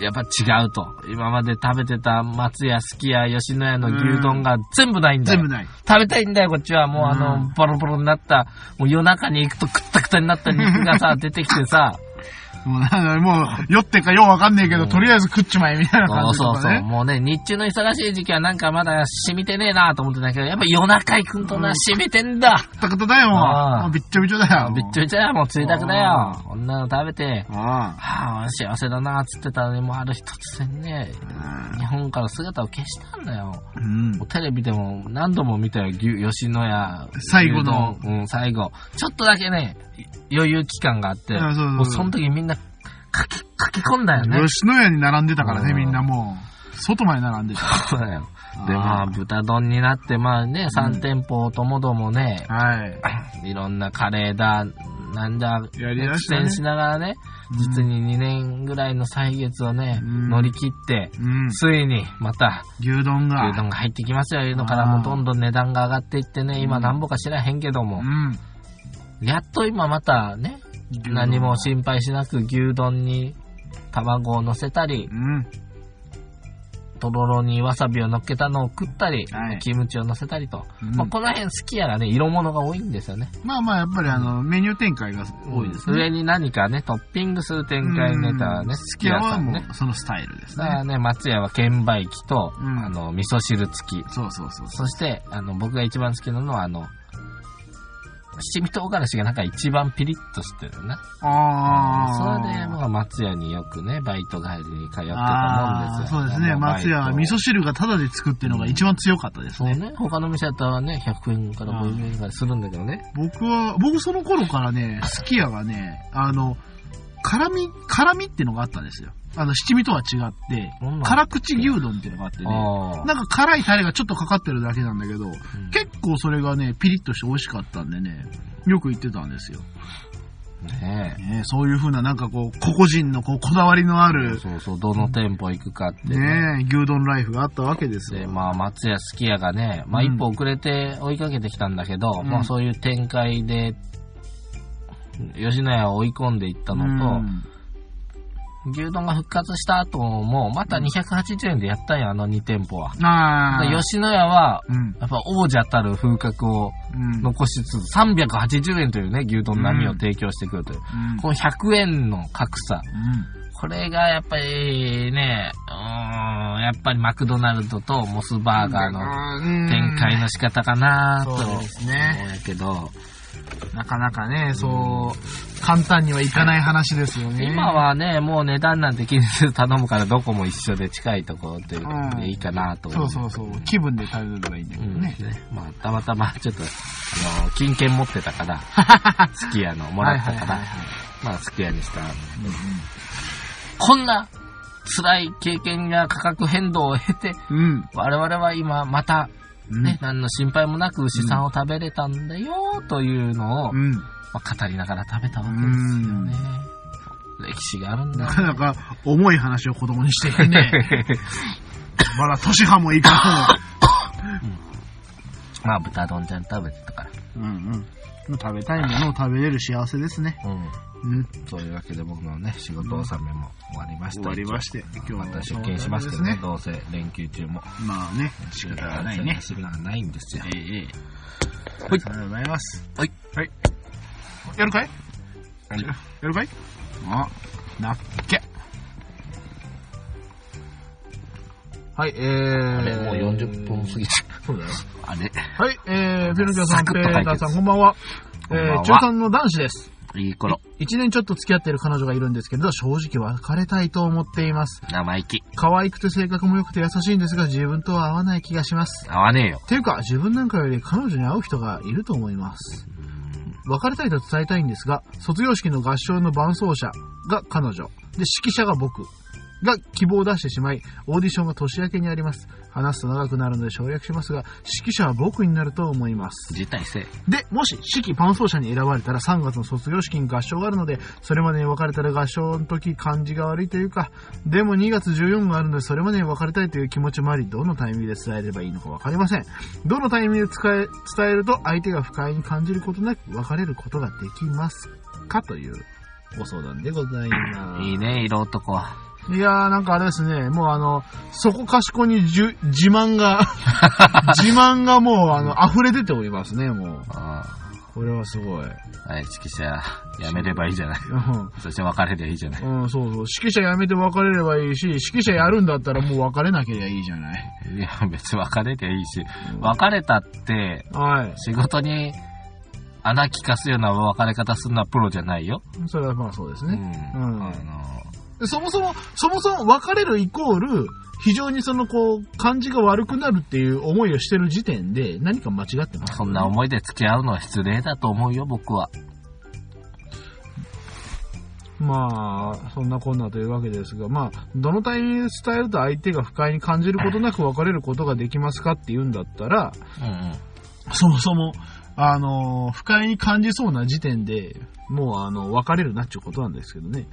やっぱ違うと。今まで食べてた松屋、すき家、吉野家の牛丼が全部ないんだ全よ部。ない。食べたいんだよ、こっちは。もうあうのん、 ボロボロになった、もう夜中に行くとくったくたになった肉がさ、出てきてさ、もうなんかもう、酔ってっかようわかんねえけど、うんとりあえず食っちまえみたいなそ感うじとそうかそう、ね。もうね、日中の忙しい時期はなんかまだ染みてねえなと思ってたけど、やっぱ夜中行くんとな、うん染みてんだったことだよ、もうああもうびっちょびちょだよ。びっちょびちょだよ、もうついたくだあよ。こんなの食べて、ょ。あはあ、幸せだな、つってたのに、もうある日突然ね、あ。日本から姿を消したんだよ。うんもう。テレビでも何度も見たよ、牛吉野家。最後の牛丼うん、最後。ちょっとだけね、余裕期間があって、あそうそうそうもうその時みんな、かき、書き込んだよね。吉野家に並んでたからね、うんみんなもう。外まで並んでた。そうだよ。 で、あーまあ、豚丼になって、まあね、3店舗ともどもね、はい。いろんなカレーだ、なんだ、やりだしたね苦戦しながらね、実に2年ぐらいの歳月をね、うん乗り切って、うん。ついにまた牛丼が。牛丼が入ってきますよ、いうのからあーもうどんどん値段が上がっていってね、今うんなんぼか知らへんけども、うん。やっと今またね、牛丼何も心配しなく牛丼に卵を乗せたりう、ん。とろろにわさびを乗っけたのを食ったり、はいキムチを乗せたりと、うんまあ、この辺好きやらね、色物が多いんですよね。まあまあ、やっぱりあの、メニュー展開が多いですね。上に何かね、トッピングする展開ネタはね、好好ききや屋さはんもね。う、そのスタイルですだからね。ね、松屋は券売機と、うんあの、味噌汁付き。そうそうそうそう。そして、あの、僕が一番好きなのは、あの、七味唐辛子がなんか一番ピリッとしてるね。あそあ。れで、まあ、松屋によくね、バイト帰りに通ってたもんですよ。ああー、そうですね。松屋は味噌汁汁がタダで作ってるのが一番強かったですそうね。ね。他の店だったらね、100円から50円からするんだけどね。僕は、僕その頃からね、すき家がね、あの、辛み、辛みってのがあったんですよ。あの、七味とは違ってどんなの、辛口牛丼っていうのがあってね。あなんか辛いタレがちょっとかかってるだけなんだけど、あ。うん結構それがね、ピリッとして美味しかったんでね、よく行ってたんですよ。ねえね、そういう風ななんかこう、個々人のこう、こだわりのある、そうそう、どの店舗行くかってね。ね、牛丼ライフがあったわけですで、よ。まあ、松屋、すき家がね、まあ、うん一歩遅れて追いかけてきたんだけど、うんまあ、そういう展開で、吉野家を追い込んでいったのと、牛丼が復活した後も、また280円でやったんよ、あの2店舗は。うん、ああ。で吉野家は、うん。やっぱ王者たる風格をうん。残しつつ、380円というね、牛丼並みを提供してくるという。うんこの100円の格差。うんこれがやっぱりね、うーん、やっぱりマクドナルドとモスバーガーの展開の仕方かなとうんそう思うですねんやけど、なかなかね、そう、簡単にはいかない話ですよね。今、はね、もう値段なんて気にせず頼むからどこも一緒で近いところということうでんいいかなとそ思うそうそう、気分で食べればいいんだうけどんね。ねまあ、たまたまちょっと、あの、金券持ってたから、 すき家のもらったから、はいはいはいまあ、すき家にした。うんうんこんな辛い経験や価格変動を経て、うん。我々は今またねね、。何の心配もなく牛さんを食べれたんだよというのを、まうん。あ、語りながら食べたわけですよね。歴史があるんなだ。かなか重い話を子供にしてる ね。まだ年派もいか まあ豚丼ちゃん食べてたから。ん。うんうん。食べたいものを食べれる幸せですね。うん。うん。というわけで僕のね、仕事納めも終わりました。終わりまして、今日まはた出勤しますけどね、。どうせ連休中も。まあね、仕方がないね。仕方がないんですよ。ええはええ。いありがとうございます。はい。はい。やるかいやるかいあ、なっけ。はい、えー。あれ、もう40分過ぎちゃう。そうだよ。あれはい、えー、フェルジャーさサん、クペッと解決ーターさん、こんばんは。えこんばんはー、中3の男子です。いい頃、 1年ちょっと付き合ってる彼女がいるんですけれど、正直別れたいと思っています。生意気。可愛くて性格も良くて優しいんですが、自分とは合わない気がします。合わねえよ。ていうか、自分なんかより彼女に会う人がいると思います。別れたいと伝えたいんですが、卒業式の合唱の伴奏者が彼女、で、指揮者が僕、が希望を出してしまい、オーディションが年明けにあります。話すと長くなるので省略しますが、指揮者は僕になると思います。辞退せえ。で、もし、指揮伴奏者に選ばれたら3月の卒業式に合唱があるので、それまでに別れたら合唱の時感じが悪いというか、でも2月14があるので、それまでに別れたいという気持ちもあり、どのタイミングで伝えればいいのかわかりません。どのタイミングで使え伝えると、相手が不快に感じることなく別れることができますかというご相談でございます。いいね、色男は。いやーなんかあれですね、もうあの、そこかしこにじゅ 自慢が、自慢がもうあの、溢れ出ておりますね、もう。あここれはすごい。はい、指揮者、やめればいいじゃない。うんそして別れりゃいいじゃない。うん、そうそう。指揮者辞めて別れればいいし、指揮者やるんだったらもう別れなけりゃいいじゃない。いや、別に別れりゃいいし、別れたって、はい。仕事に穴聞かすような別れ方するのはプロじゃないよ。それはまあそうですうね。ん。うんあの、そもそも、そもそも別れるイコール、非常にそのこう、感じが悪くなるっていう思いをしてる時点で、何か間違ってます、そんな思いで付き合うのは失礼だと思うよ、僕は。まあ、そんなこんなというわけですが、まあ、どのタイミングで伝えると相手が不快に感じることなく別れることができますかって言うんだったら、うんうん。そもそも、あのー、不快に感じそうな時点で、もうあの、別れるなっていうことなんですけどね。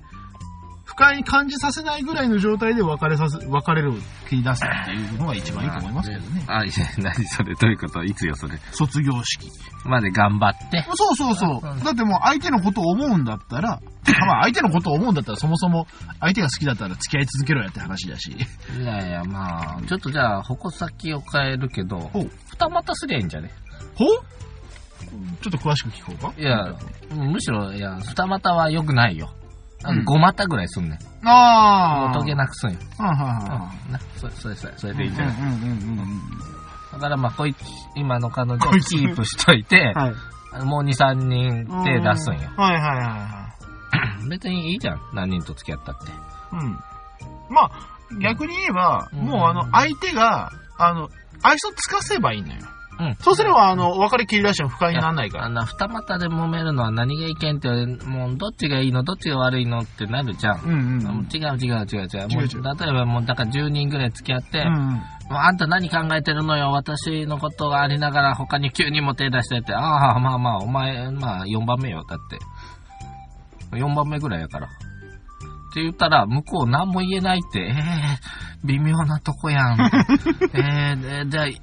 不快に感じさせないぐらいの状態で別れさせ、別れる切り出すっていうのが一番いいと思いますけどね。あ、いや、何それ、どういうこといつよ、それ。卒業式。まで頑張って。そうそうそう。だってもう相手のことを思うんだったら、まあ相手のことを思うんだったらそもそも相手が好きだったら付き合い続けろやって話だし。いやいや、まあ、ちょっとじゃあ、矛先を変えるけどほう、二股すりゃいいんじゃねほちょっと詳しく聞こうか。いや、むしろ、いや、二股は良くないよ。あうのん五股ぐらいすんねん。あおとげなくすんよ。はいはいはうん。な、それ、それ、それ、それい。でいいじゃない。うんうんうんうんだからまあ、こいつ、今の彼女をこいつキープしといて、 はい。もう二、三人手出すんよ。はいはいはいは別にいいじゃん。何人と付き合ったって。い。うん。まあ、逆に言えば、うんもうあの、相手が、あの、愛想つかせばいいのよ。うんそうすれば、あの、お別れ切り出しても不快にならないかあら。の、二股で揉めるのは何がいけんって、もうどっちがいいの、どっちが悪いのってなるじゃん。んうんもう違う違う違う違う。も違う違うう例えばもう、だから10人ぐらい付き合って、うんうんもうあんた何考えてるのよ、私のことがありながら他に急にも手出してって、ああ、まあまあ、お前、まあ4番目よ、だって。4番目ぐらいやから。って言ったら、向こう何も言えないって、ええ微妙なとこやん。えー、でじゃあ、え、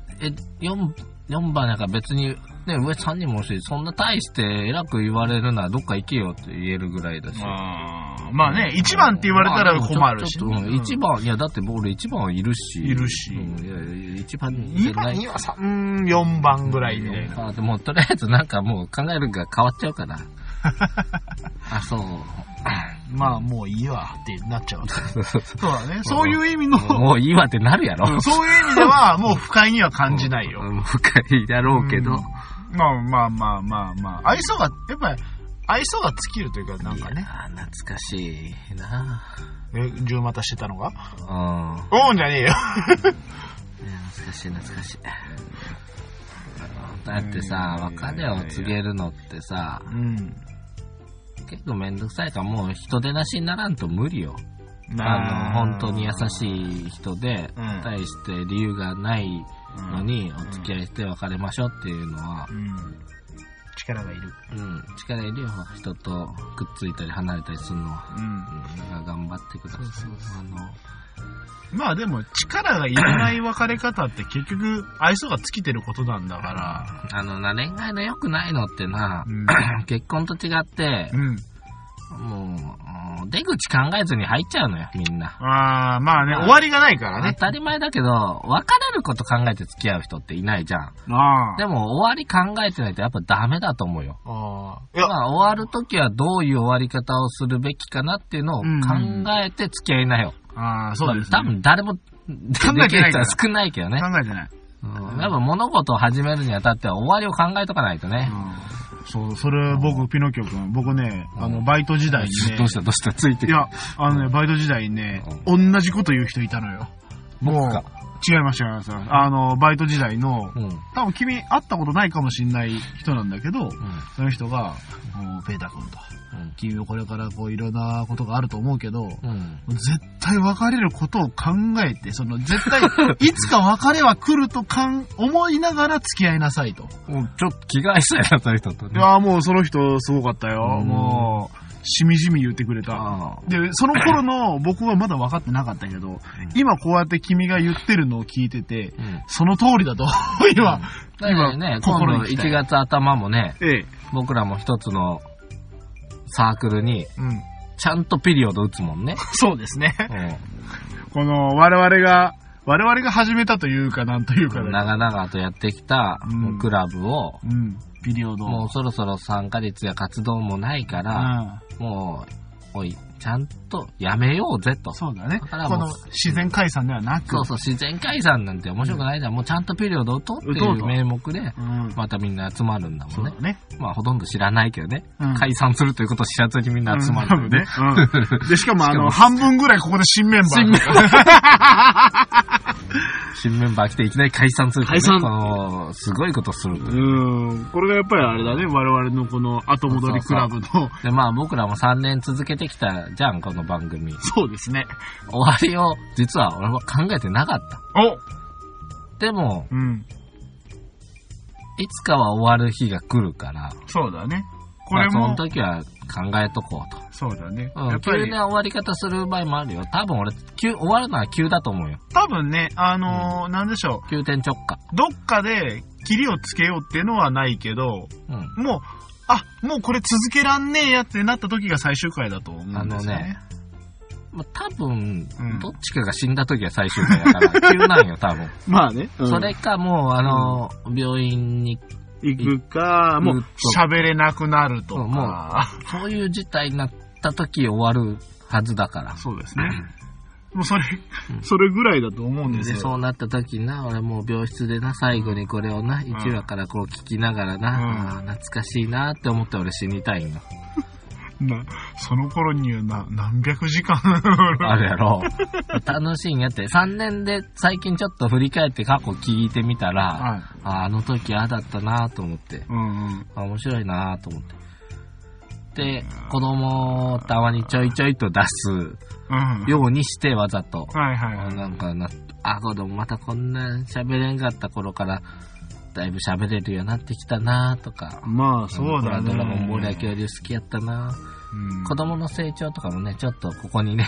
4、四番やから別に、ね、上3人も欲しい。そんな大して偉く言われるならどっか行けよって言えるぐらいだし。あーまあね、一番って言われたら困るし。まあでもちょっとうん一番、いや、だって俺一番はいるし。いるしうんいやいや、一番じゃ2な番、い2は3、うん4番ぐらいみたいな。あでも、とりあえずなんかもう考えるが変わっちゃう から。あ、そう。まあ、もういいわってなっちゃう わけ。そうだね。そういう意味の、もういいわってなるやろ。そういう意味では、もう不快には感じないよ。うん。不快だろうけど。うんまあまあまあまあまあ。愛想が、やっぱり、愛想が尽きるというか、なんかね、あ懐かしいなえ十股してたのが。うん。おうんじゃねえよ。いや懐かしい懐かしい。だってさ、うん別れを告げるのってさ、うん。結構めんどくさいからもう人手なしにならんと無理よ。あなの、本当に優しい人で、うん対して理由がないのうんにお付き合いして別れましょうっていうのは、うん。力がいる。うん、力いるよ、人とくっついたり離れたりするのは。うんう。ん、だから頑張ってください。そうそうあの、まあでも、力がいらない別れ方って結局、愛想が尽きてることなんだから。あのな、恋愛の良くないのってなう、ん。結婚と違って、うん。もう、うん出口考えずに入っちゃうのよ、みんな。ああ、まあね、終わりがないから当ね。たり前だけど、別れること考えて付き合う人っていないじゃん。あでも、終わり考えてないとやっぱダメだと思うよ。あー。いや、まあ、終わるときはどういう終わり方をするべきかなっていうのを考えて付き合いなよ。ああ、そうです、まね。あ多分誰もでえてきるない人かはら少ないけどね。考えてない。うんやっぱ物事を始めるにあたっては終わりを考えとかないとね。そう、それ僕、ピノキオ君、僕ね、うんあの、バイト時代に ねどう、したどうしたついていや、あのね、バイト時代にね、同じこと言う人いたのよ。僕もか。う、違いました、違いました。あの、バイト時代の、うん。うん。多分君、会ったことないかもしんない人なんだけど、その人が、もう、ペーター君と、君もこれからこう、いろんなことがあると思うけど、うん。絶対別れることを考えて、その、絶対、いつか別れは来るとかん、思いながら付き合いなさいと。もうちょっと気が合いそうやな、その人といね。やーもうその人すごかったよ。うんもう、しみじみ言ってくれた。あで、その頃の僕はまだ分かってなかったけど、今こうやって君が言ってるのを聞いてて、ーうん。その通りだと、 だ今、からね、今心度に来た1月頭もね、ええ、僕らも一つのサークルに、うん。ちゃんとピリオド打つもんね。そうですね。うん。この、我々が、我々が始めたというか、なんというかね。長々とやってきたうんクラブを、うん。ピリオド。もうそろそろ参加率や活動もないかうら、ん。もう、おい、ちゃんとやめようぜと。そうだね。だこからもうの自然解散ではなくそう、そう、自然解散なんて面白くないじゃん。もうちゃんとピリオドを取って打といううと名目で、うん。またみんな集まるんだそもうんだね。ね。まあほとんど知らないけどね。うん解散するということを知らずにみんな集まるんだよね。うん多分ね うんで、しかもあの、し半分ぐらいここで新メンバー。新メン 新メンバー来ていきなり解散するとね、解散このすごいことするという。うん。これがやっぱりあれだね、我々のこの後戻りクラブの。で、まあ僕らも3年続けてきたじゃん、この番組。そうですね。終わりを、実は俺は考えてなかった。おでも、うん。いつかは終わる日が来るから、そうだね。こまれあそもの、時は考えとこうと。そうだね。うやん、っ急ぱり、な終わり方する場合もあるよ。多分俺、急、終わるのは急だと思うよ。多分ね、あのーなんでしょ急転直下。う。どっかで、キリをつけようっていうのはないけど、うん。もう、あ、もうこれ続けらんねえやってなった時が最終回だと思うんですよね。まあ、多分、うんどっちかが死んだ時は最終回だ から、急なんよ、多分。まあね。うんそれかもう、あの、病院に、行くか、もううん喋れなくなるとそうもか。そういう事態になった時終わるはずだから。そうですね。 もうそれ、それぐらいだと思うんですで、よ。そうなった時な、俺もう病室でな、最後にこれをな、1話からこう聞きながらな、うあー懐かしいなって思って俺死にたいんよ。なその頃にはな何百時間あるやろ。 楽しいんやって。3年で最近ちょっと振り返って過去聞いてみたら、はい。あーあの時ああだったなと思って、うんうん。あ面白いなと思って。で、子供をたまにちょいちょいと出すうん。ようにしてわざと。はいはいはい。なんかな、あ、子供またこんな喋れんかった頃から、だいぶ喋れるようになってきたなとか。まあそうだね。ドラゴンボール野球より好きやったなうん子供の成長とかもね、ちょっとここにね、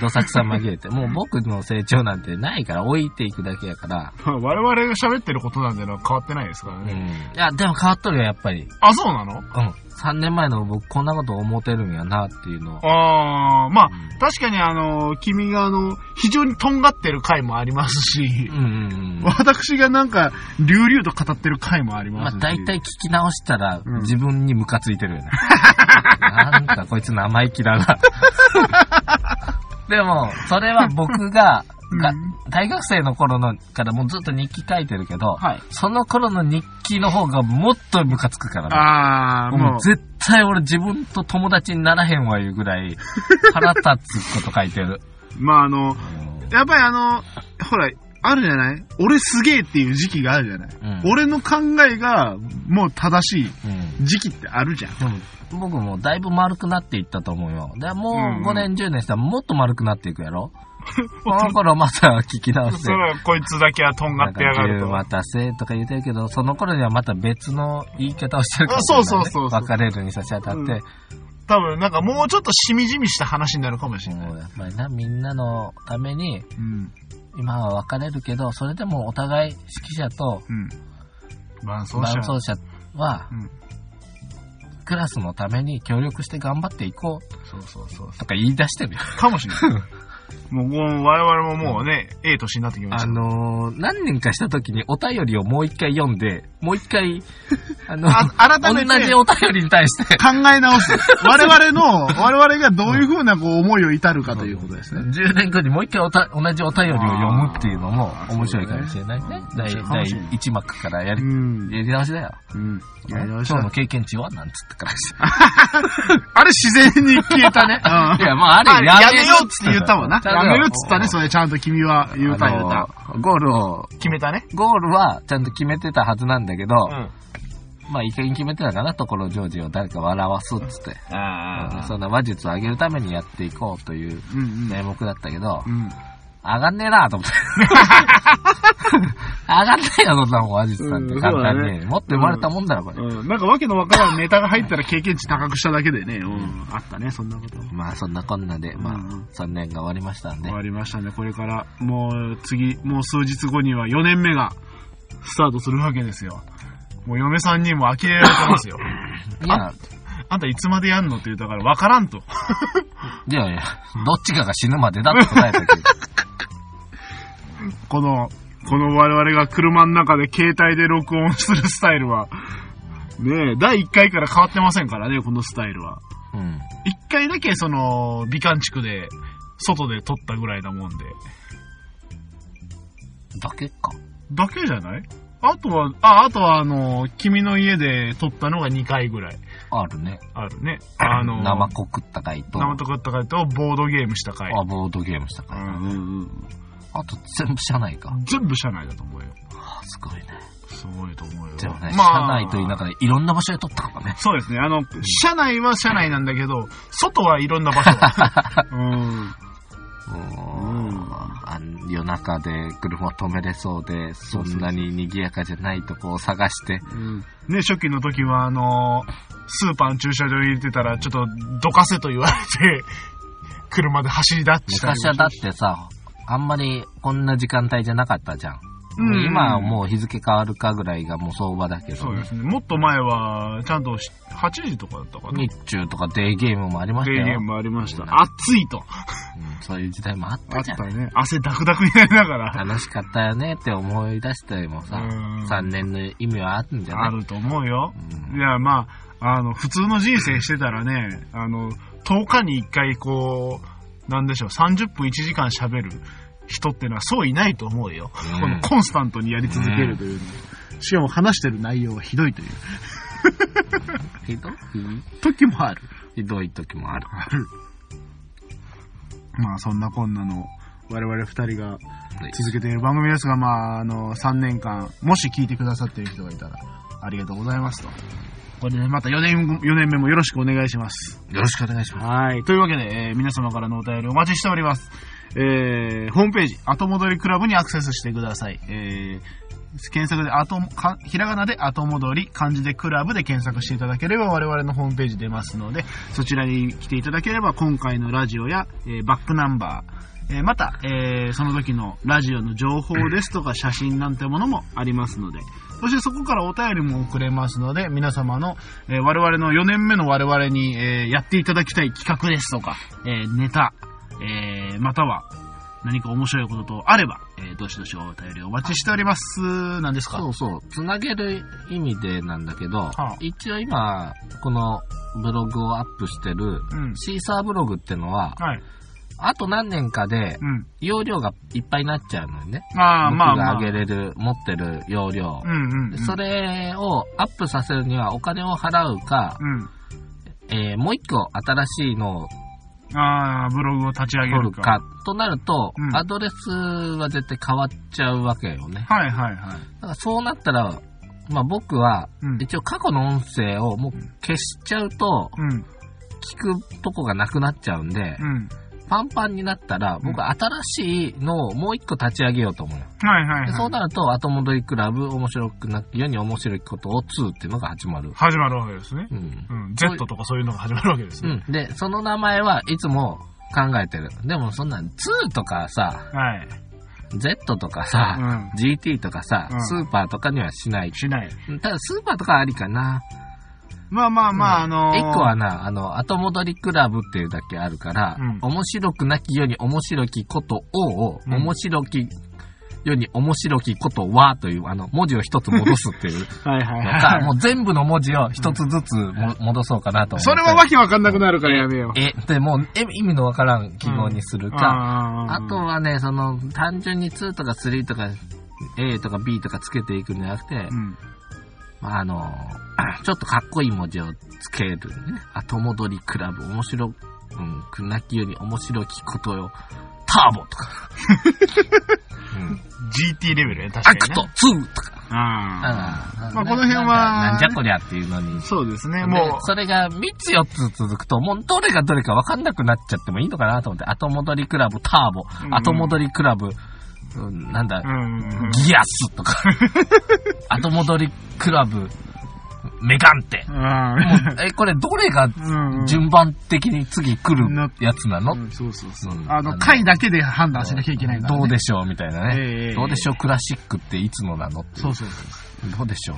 どさくさ紛れて、もう僕の成長なんてないから置いていくだけやから、まあ我々が喋ってることなんてのは変わってないですからうん。ね。いや、でも変わっとるよ、やっぱり。あ、そうなのうん。3年前の僕こんなこと思ってるんやなっていうのを。ああ、まあう確かにあの、君があの、非常にとんがってる回もありますしうん、うんうん。私がなんか、隆々と語ってる回もありままあすし。大体聞き直したらうん自分にムカついて るよね。なんかこいつ生意気だな。 でも、それは僕が、が大学生の頃のからもうずっと日記書いてるけど、はい。その頃の日記の方がもっとムカつくからね。ああ、ももうう。絶対俺自分と友達にならへんわいうぐらい腹立つこと書いてる。まああの、やっぱりあの、ほら、あるじゃない俺すげえっていう時期があるじゃない、うん俺の考えがもう正しいうん時期ってあるじゃん。でも僕もだいぶ丸くなっていったと思うよ。でもううんうん5年10年したらもっと丸くなっていくやろ。この頃また聞き直して。はこいつだけはとんなんか10待たせとか言ってるけど、その頃にはまた別の言い方をしてるから、ね、そうそうそうそう別れるに差し当たって、うん多分なんかもうちょっとしみじみした話になるかもしれない。もうやっぱりな、みんなのために、うん。今は別れるけど、それでもお互い指揮者とうん。伴奏伴者。奏者はうん。クラスのために協力して頑張っていこそうそうそううとか言い出してるよ。かもしれない。 もうもう我々ももうね、ええ年になってきましあたね。のー、何年かした時にお便りをもう一回読んで、もう一 回、あの、あ同改めてじお便りに対して、考え直す。我々の、我々がどういうふうなこう思いを至るかということですね。 10年後にもう一回おた同じお便りを読むっていうのも面白いかもしれないね。第そうだね面白いかもしれない1幕からやりう、ん。やり直しだよ。うん。今日の経験値はなんつって からして。あれ自然に消えた ね。いや、まあ、あれ、やめようっつって言ったもんな。ちゃんやとめるっつったね、それちゃんと君は言うた言うあた。のゴールを、決めたね。ゴールはちゃんと決めてたはずなんだけど、ん。まあ、いい加減決めてたかな、ところジョージを誰か笑わすっつって。あそんな話術を上げるためにやっていこうといううんうん。名目だったけどう、ん。上がんねえなと 思って。上がんねえよ、そんなもん、話術なんてうん簡単そうに。もっと生まれたもんだろ、これ。うん、なんかわけのわからんネタが入ったら経験値高くしただけでね、うん、あったね、そんなこと。まあ、そんなこんなで、まあうんうん、 3年が終わりましたんで終。わりましたね、これから。もう次、もう数日後には4年目がスタートするわけですよ。もう嫁さんにも呆れられてます よ。いや、あんたいつまでやんのって言ったからわからんと。いやいや、どっちかが死ぬまでだって答えたけ ど。この、この我々が車の中で携帯で録音するスタイルは、ねえ、第1回から変わってませんからね、このスタイルは。うん。 1回だけ、その、美観地区で、外で撮ったぐらいなもんで。だけか。だけじゃないあとは、あ、あとは、あの、君の家で撮ったのが2回ぐらいあるね。あるね。あの、生子食った回と、生とかったかと、ボードゲームした回。あ、ボードゲームしたう回。んうんうんあと全部社内か。全部社内だと思うよ。あすごいね。すごいと思うよ。でもね、まあ社内という中でいろんな場所で撮ったからね。そうですね。あの、社内は社内なんだけど、外はいろんな場 所が。うん。うーんあん夜中で車止めれそうで、そんなに賑やかじゃないとこを探して、ね、初期の時は、あの、スーパーの駐車場入れてたら、ちょっと、どかせと言われて、車で走り出したり昔はだってさ、あんまりこんな時間帯じゃなかったじゃん。うん今はもう日付変わるかぐらいがもう相場だけどそうね、ですね。もっと前は、ちゃんとし8時とかだったかな。日中とかデーゲームもありましたよ。ームもありましたう。ん暑いと。うんそういう時代もあったじゃん。ね。汗ダクダクになりなが ら。楽しかったよねって思い出したりもさ、うん3年の意味はあるんじゃなあいると思うよ。うんいや、まあ、あの、普通の人生してたらね、あの、10日に1回こう、なんでしょう、30分1時間喋る人ってのはそういないと思うよ。うんこのコンスタントにやり続けるというのは。しかも話してる内容がひどいというひどい時もある。ひどい時もある。ある。まあ、そんなこんなの、我々二人が続けている番組ですが、まあ、あの、3年間、もし聞いてくださっている人がいたら、ありがとうございますと。これでまた4年後、4年目もよろしくお願いします。よろしくお願いします。はい。というわけで、えー皆様からのお便りお待ちしております。えー、ホームページ、後戻りクラブにアクセスしてください。えー、検索で、後、かひらがなで後戻り、漢字でクラブで検索していただければ我々のホームページ出ますので、そちらに来ていただければ今回のラジオや、えーバックナンバー、えーまた、えーその時のラジオの情報ですとか写真なんてものもありますので、そしてそこからお便りも送れますので、皆様の、えー我々の4年目の我々に、えーやっていただきたい企画ですとか、えーネタ、えーまたは何か面白いこととあれば、えーどしどしお便りお待ちしております。なんですかそうそう、つなげる意味でなんだけど、あ一応今、このブログをアップしてる、うん。シーサーブログってのは、はい。あと何年かでうん。容量がいっぱいになっちゃうのよね。ああ、僕まあまがあ。あげれる、持ってる容量。うんうん、うん。でそれをアップさせるにはお金を払うか、うん。えーもう一個新しいのをああ、ブログを立ち上げ取るるか。かとなると、うんアドレスは絶対変わっちゃうわけよね。はいはいはい。だからそうなったら、まあ僕はうん。一応過去の音声をもう消しちゃうとうん。聞くとこがなくなっちゃうんで、うん。パンパンになったら僕は新しいのをもう一個立ち上げようと思うよ。はいはいではそうい。なると後戻りクラブ面白くな世に面白いことを2っていうのが始まる。始まるわけですねう。ん。うん。Z とかそういうのが始まるわけですうね。ん。で、その名前はいつも考えてる。でもそんな2とかさ、はい。 Z とかさ、う GT とかさ、うんスーパーとかにはしないん。。しない。ただスーパーとかはありかな。まあまあまあ、あのー一個はな、あの、後戻りクラブっていうだけあるから、うん面白くなきより面白きことをを、うん面白きより面白きことはという、あの、文字を一つ戻すっていうはいはのい か、もはう全部の文字を一つずつも戻そうかなと思い。って。それはわけわかんなくなるからやめよう。え、でもう、え、意味のわからん記号にするか、ああとはね、その、単純に2とか3とか、A とか B とかつけていくんじゃなくて、うん。まあ、あの、 ちょっとかっこいい文字をつけるね。後戻りクラブ、面白、うん、くなきより面白きことよ。ターボとか。うん、 GT レベルね、確かアに、ね。クト2とか。ああまあこの辺はなんじゃこりゃっていうのにあ。。そうですね、でもそれが3つ4つ続くと、もうどれがどれか分かんなくなっちゃってもいいのかなと思って、後戻りクラブ、ターボ、うん後戻りクラブ、うん、なんだう。う、ん。ギアスと か、後戻りクラブ、メガンテ、うえ、これどれがん。うん。順番的に次来るやつなの、うん、そうそうそう。うんあの、回だけで判断しなきゃいけないから、ね。どうでしょうみたいなね。ええどうでしょうクラシックっていつのなのっていうそうそうそどうでしょ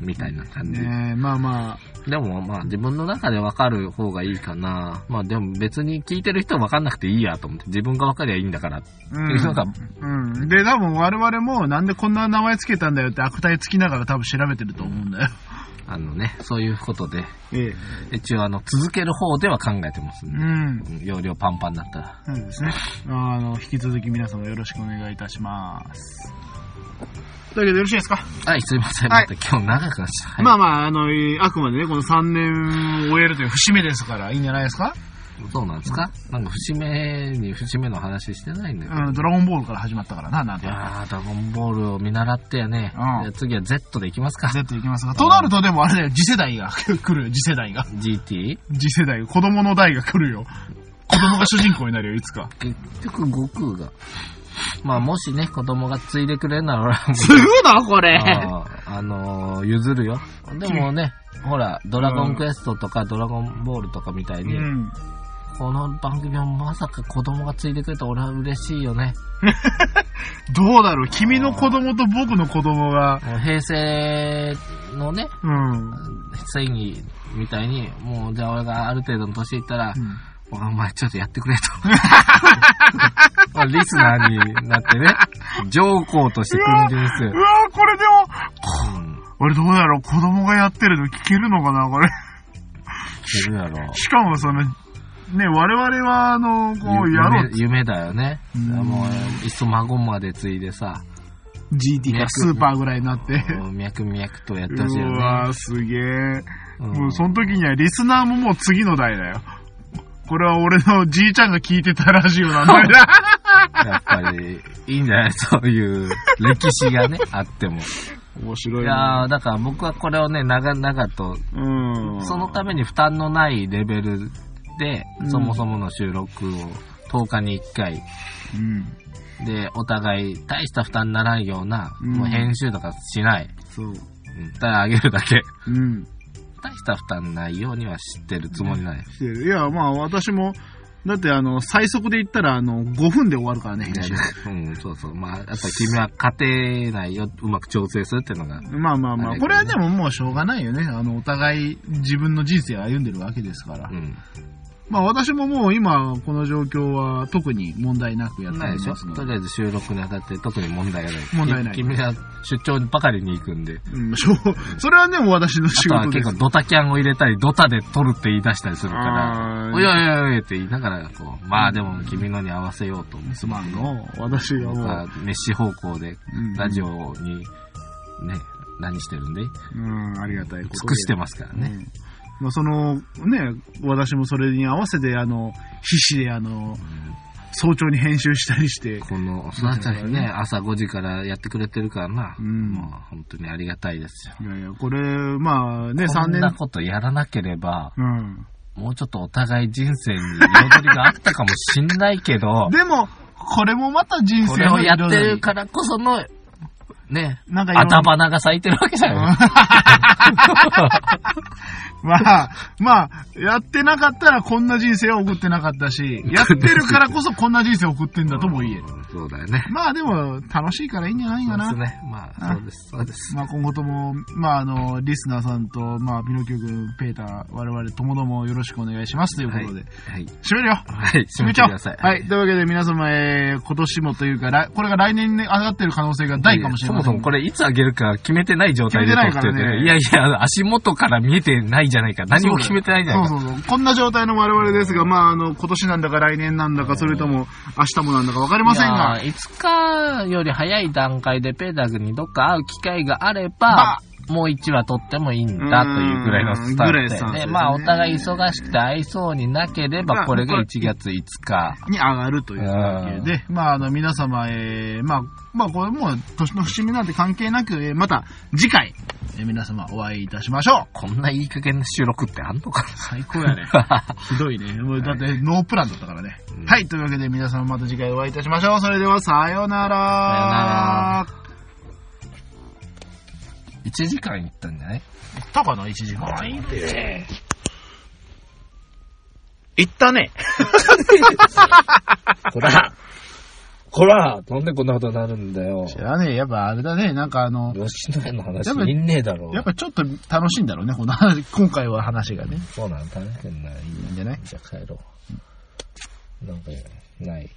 うみたいな感う。じ。ねえ、まあまあ。でもまあ自分の中で分かる方がいいかな。まあでも別に聞いてる人は分かんなくていいやと思って自分が分かりゃいいんだからってういうのが、うん。で、多分我々もなんでこんな名前つけたんだよって悪態つきながら多分調べてると思うんだよ。あのね、そういうことで、ええ。一応あの、続ける方では考えてますんうで、ん。うん容量パンパンになったら。そうですね。あの、引き続き皆様よろしくお願いいたします。というわけでよろしいですか、はい、すいません。はいまた今日長くなっちゃった。まはあまあ、あの、えーあくまでね、この3年を終えるという節目ですから、いいんじゃないですかい、どうなんですかなんか節目に節目の話してないんだけど。うん、ドラゴンボールから始まったからな、なんいて。やー、ドラゴンボールを見習ってやね。うんじゃあ次は Z でいきますか。 Z いきますが。となると、でもあれだよ、次世代が 来るよ、次世代が。 GT? 次世代、子供の代が来るよ。子供が主人公になるよ、いつか。結局悟空が。まあもしね、子供が継いでくれるなら俺はもうすぐな、これあーあのー譲るよ。でもね、ほら、ドラゴンクエストとかドラゴンボールとかみたいうに、ん。この番組はまさか子供がついてくれたら俺は嬉しいよね。どうだろう、君の子供と僕の子供が、もう平成のね、うん。正義みたいに、もうじゃあ俺がある程度の年いったら、お前ちょっとやってくれ と。リスナーになってね、上皇として君臨すうる。わーこれでも、うん。俺どうだろう、子供がやってるの聞けるのかな、これ。 するやろ。しかもその、ね、我々は、あの、こう、ゆやろう。夢夢だよね。うんもう、いっそ孫まで継いでさ、 GT がスーパーぐらいになって。脈々とやってほしいうよわねー。すげえ。うんもうその時にはリスナーももう次の代だよ。これは俺のじいちゃんが聞いてたラジオなんだよな。やっぱり、いいんじゃないそういう歴史がね、あっても。 面白いいやな。ーだから僕はこれをね、長々と、うん。そのために負担のないレベルで、うんそもそもの収録を10日に1回、うん。で、お互い大した負担にならんような、うんもう編集とかしない。そう。うん、ただあげるだけ。うん。大した負担ないようには知ってるつもりない。してる。いや、まあ私も、だってあの、最速で言ったらあの、5分で終わるからね、編集。うん、そうそう。まあ、やっぱり君は家庭内をうまく調整するっていうのが、まあまあまああ、れこれはでももうしょうがないよね。あの、お互い自分の人生を歩んでるわけですからう。ん。まあ私ももう今、この状況は特に問題なくやってないでしょますのとりで。あえず収録にあたって特に問題がない。問題ないき君は出張ばかりに行くんで。うん、しょう、それはね、もう私の あ仕とは事で結す構。ドタキャンを入れたり、ドタで撮るって言い出したりするから、あおいーおいおいおいって言いながら、こう、まあでも君のに合わせようと思すまんの。私がう。も僕うは、飯方向で、うんラジオに、ね、何してるんでうん、ありがたいことで尽くしてますからね。うんまあその、ね、私もそれに合わせて、あの、必死で、あの、早朝に編集したりして、この、そのあたりね、朝5時からやってくれてるからな。うんもう本当にありがたいですよ。いやいや、これ、まあね、そ3んな年、ことやらなければ、うん。もうちょっとお互い人生に彩りがあったかもしんないけ ど、でも、これもまた人こ生れをのや色ってるからこその、ね、なんかいろんな頭が咲いてるわけじゃない。まあ、まあ、やってなかったらこんな人生を送ってなかっ たし、やってるからこそこんな人生を送ってん だとも言える。うんそうだよね。まあでも、楽しいからいいんじゃないそかうでなす。ね。まあ、そうです、そうです。まあ今後とも、まああの、リスナーさんと、まあ、ピノキオ君、ペーター、我々ともどもよろしくお願いしますということで、はい。締めるよはい、締締めめちてゃおくうださい。はい。というわけで皆様、えー、今年もというか、来これが来年に上がってる可能性が大かもしれそまもせそん。もこれいつあげるか決めてない状態で撮って決めてないからねいやいや、足元から見えてないじゃないか。何も決めてないじゃないか。そうそうそう。こんな状態の我々ですが、まあ、あの、今年なんだか来年なんだか、それとも明日もなんだかわかりませんいやが、ーいつかより早い段階でペーダー君にどっか会う機会があれば、まあもう1話撮ってもいいんだというぐらいのスタンスうーんぐらいのスタでね。ンスですねまあお互い忙しくて会いそうになけれまば、あこれがこ1れ月5日。に上がるというわけで、まあ、あの、皆様、えー、まあ、まあ、これもう、年の節目なんて関係なく、えーまた、次回、えー皆様お会いいたしましょうこんないい加減な収録ってあんのか最高やね ひどいね。もうだって、ノープランだったからね。うんはい、というわけで皆様また次回お会いいたしましょう。それでは、さようなら。さよ1時間いったんじゃないなら。行ったかな、1時間。いって。行ったね。ほらほらなんでこんなことになるんだよ。知らねえ、やっぱあれだね、なんかあの、吉野家の話やっぱいんねえだろやっぱちょっと楽しいんだろうね、この 話、今回は話がね。そうなの楽しくない。いいんじゃないじゃあ帰ろう。なんか、ない。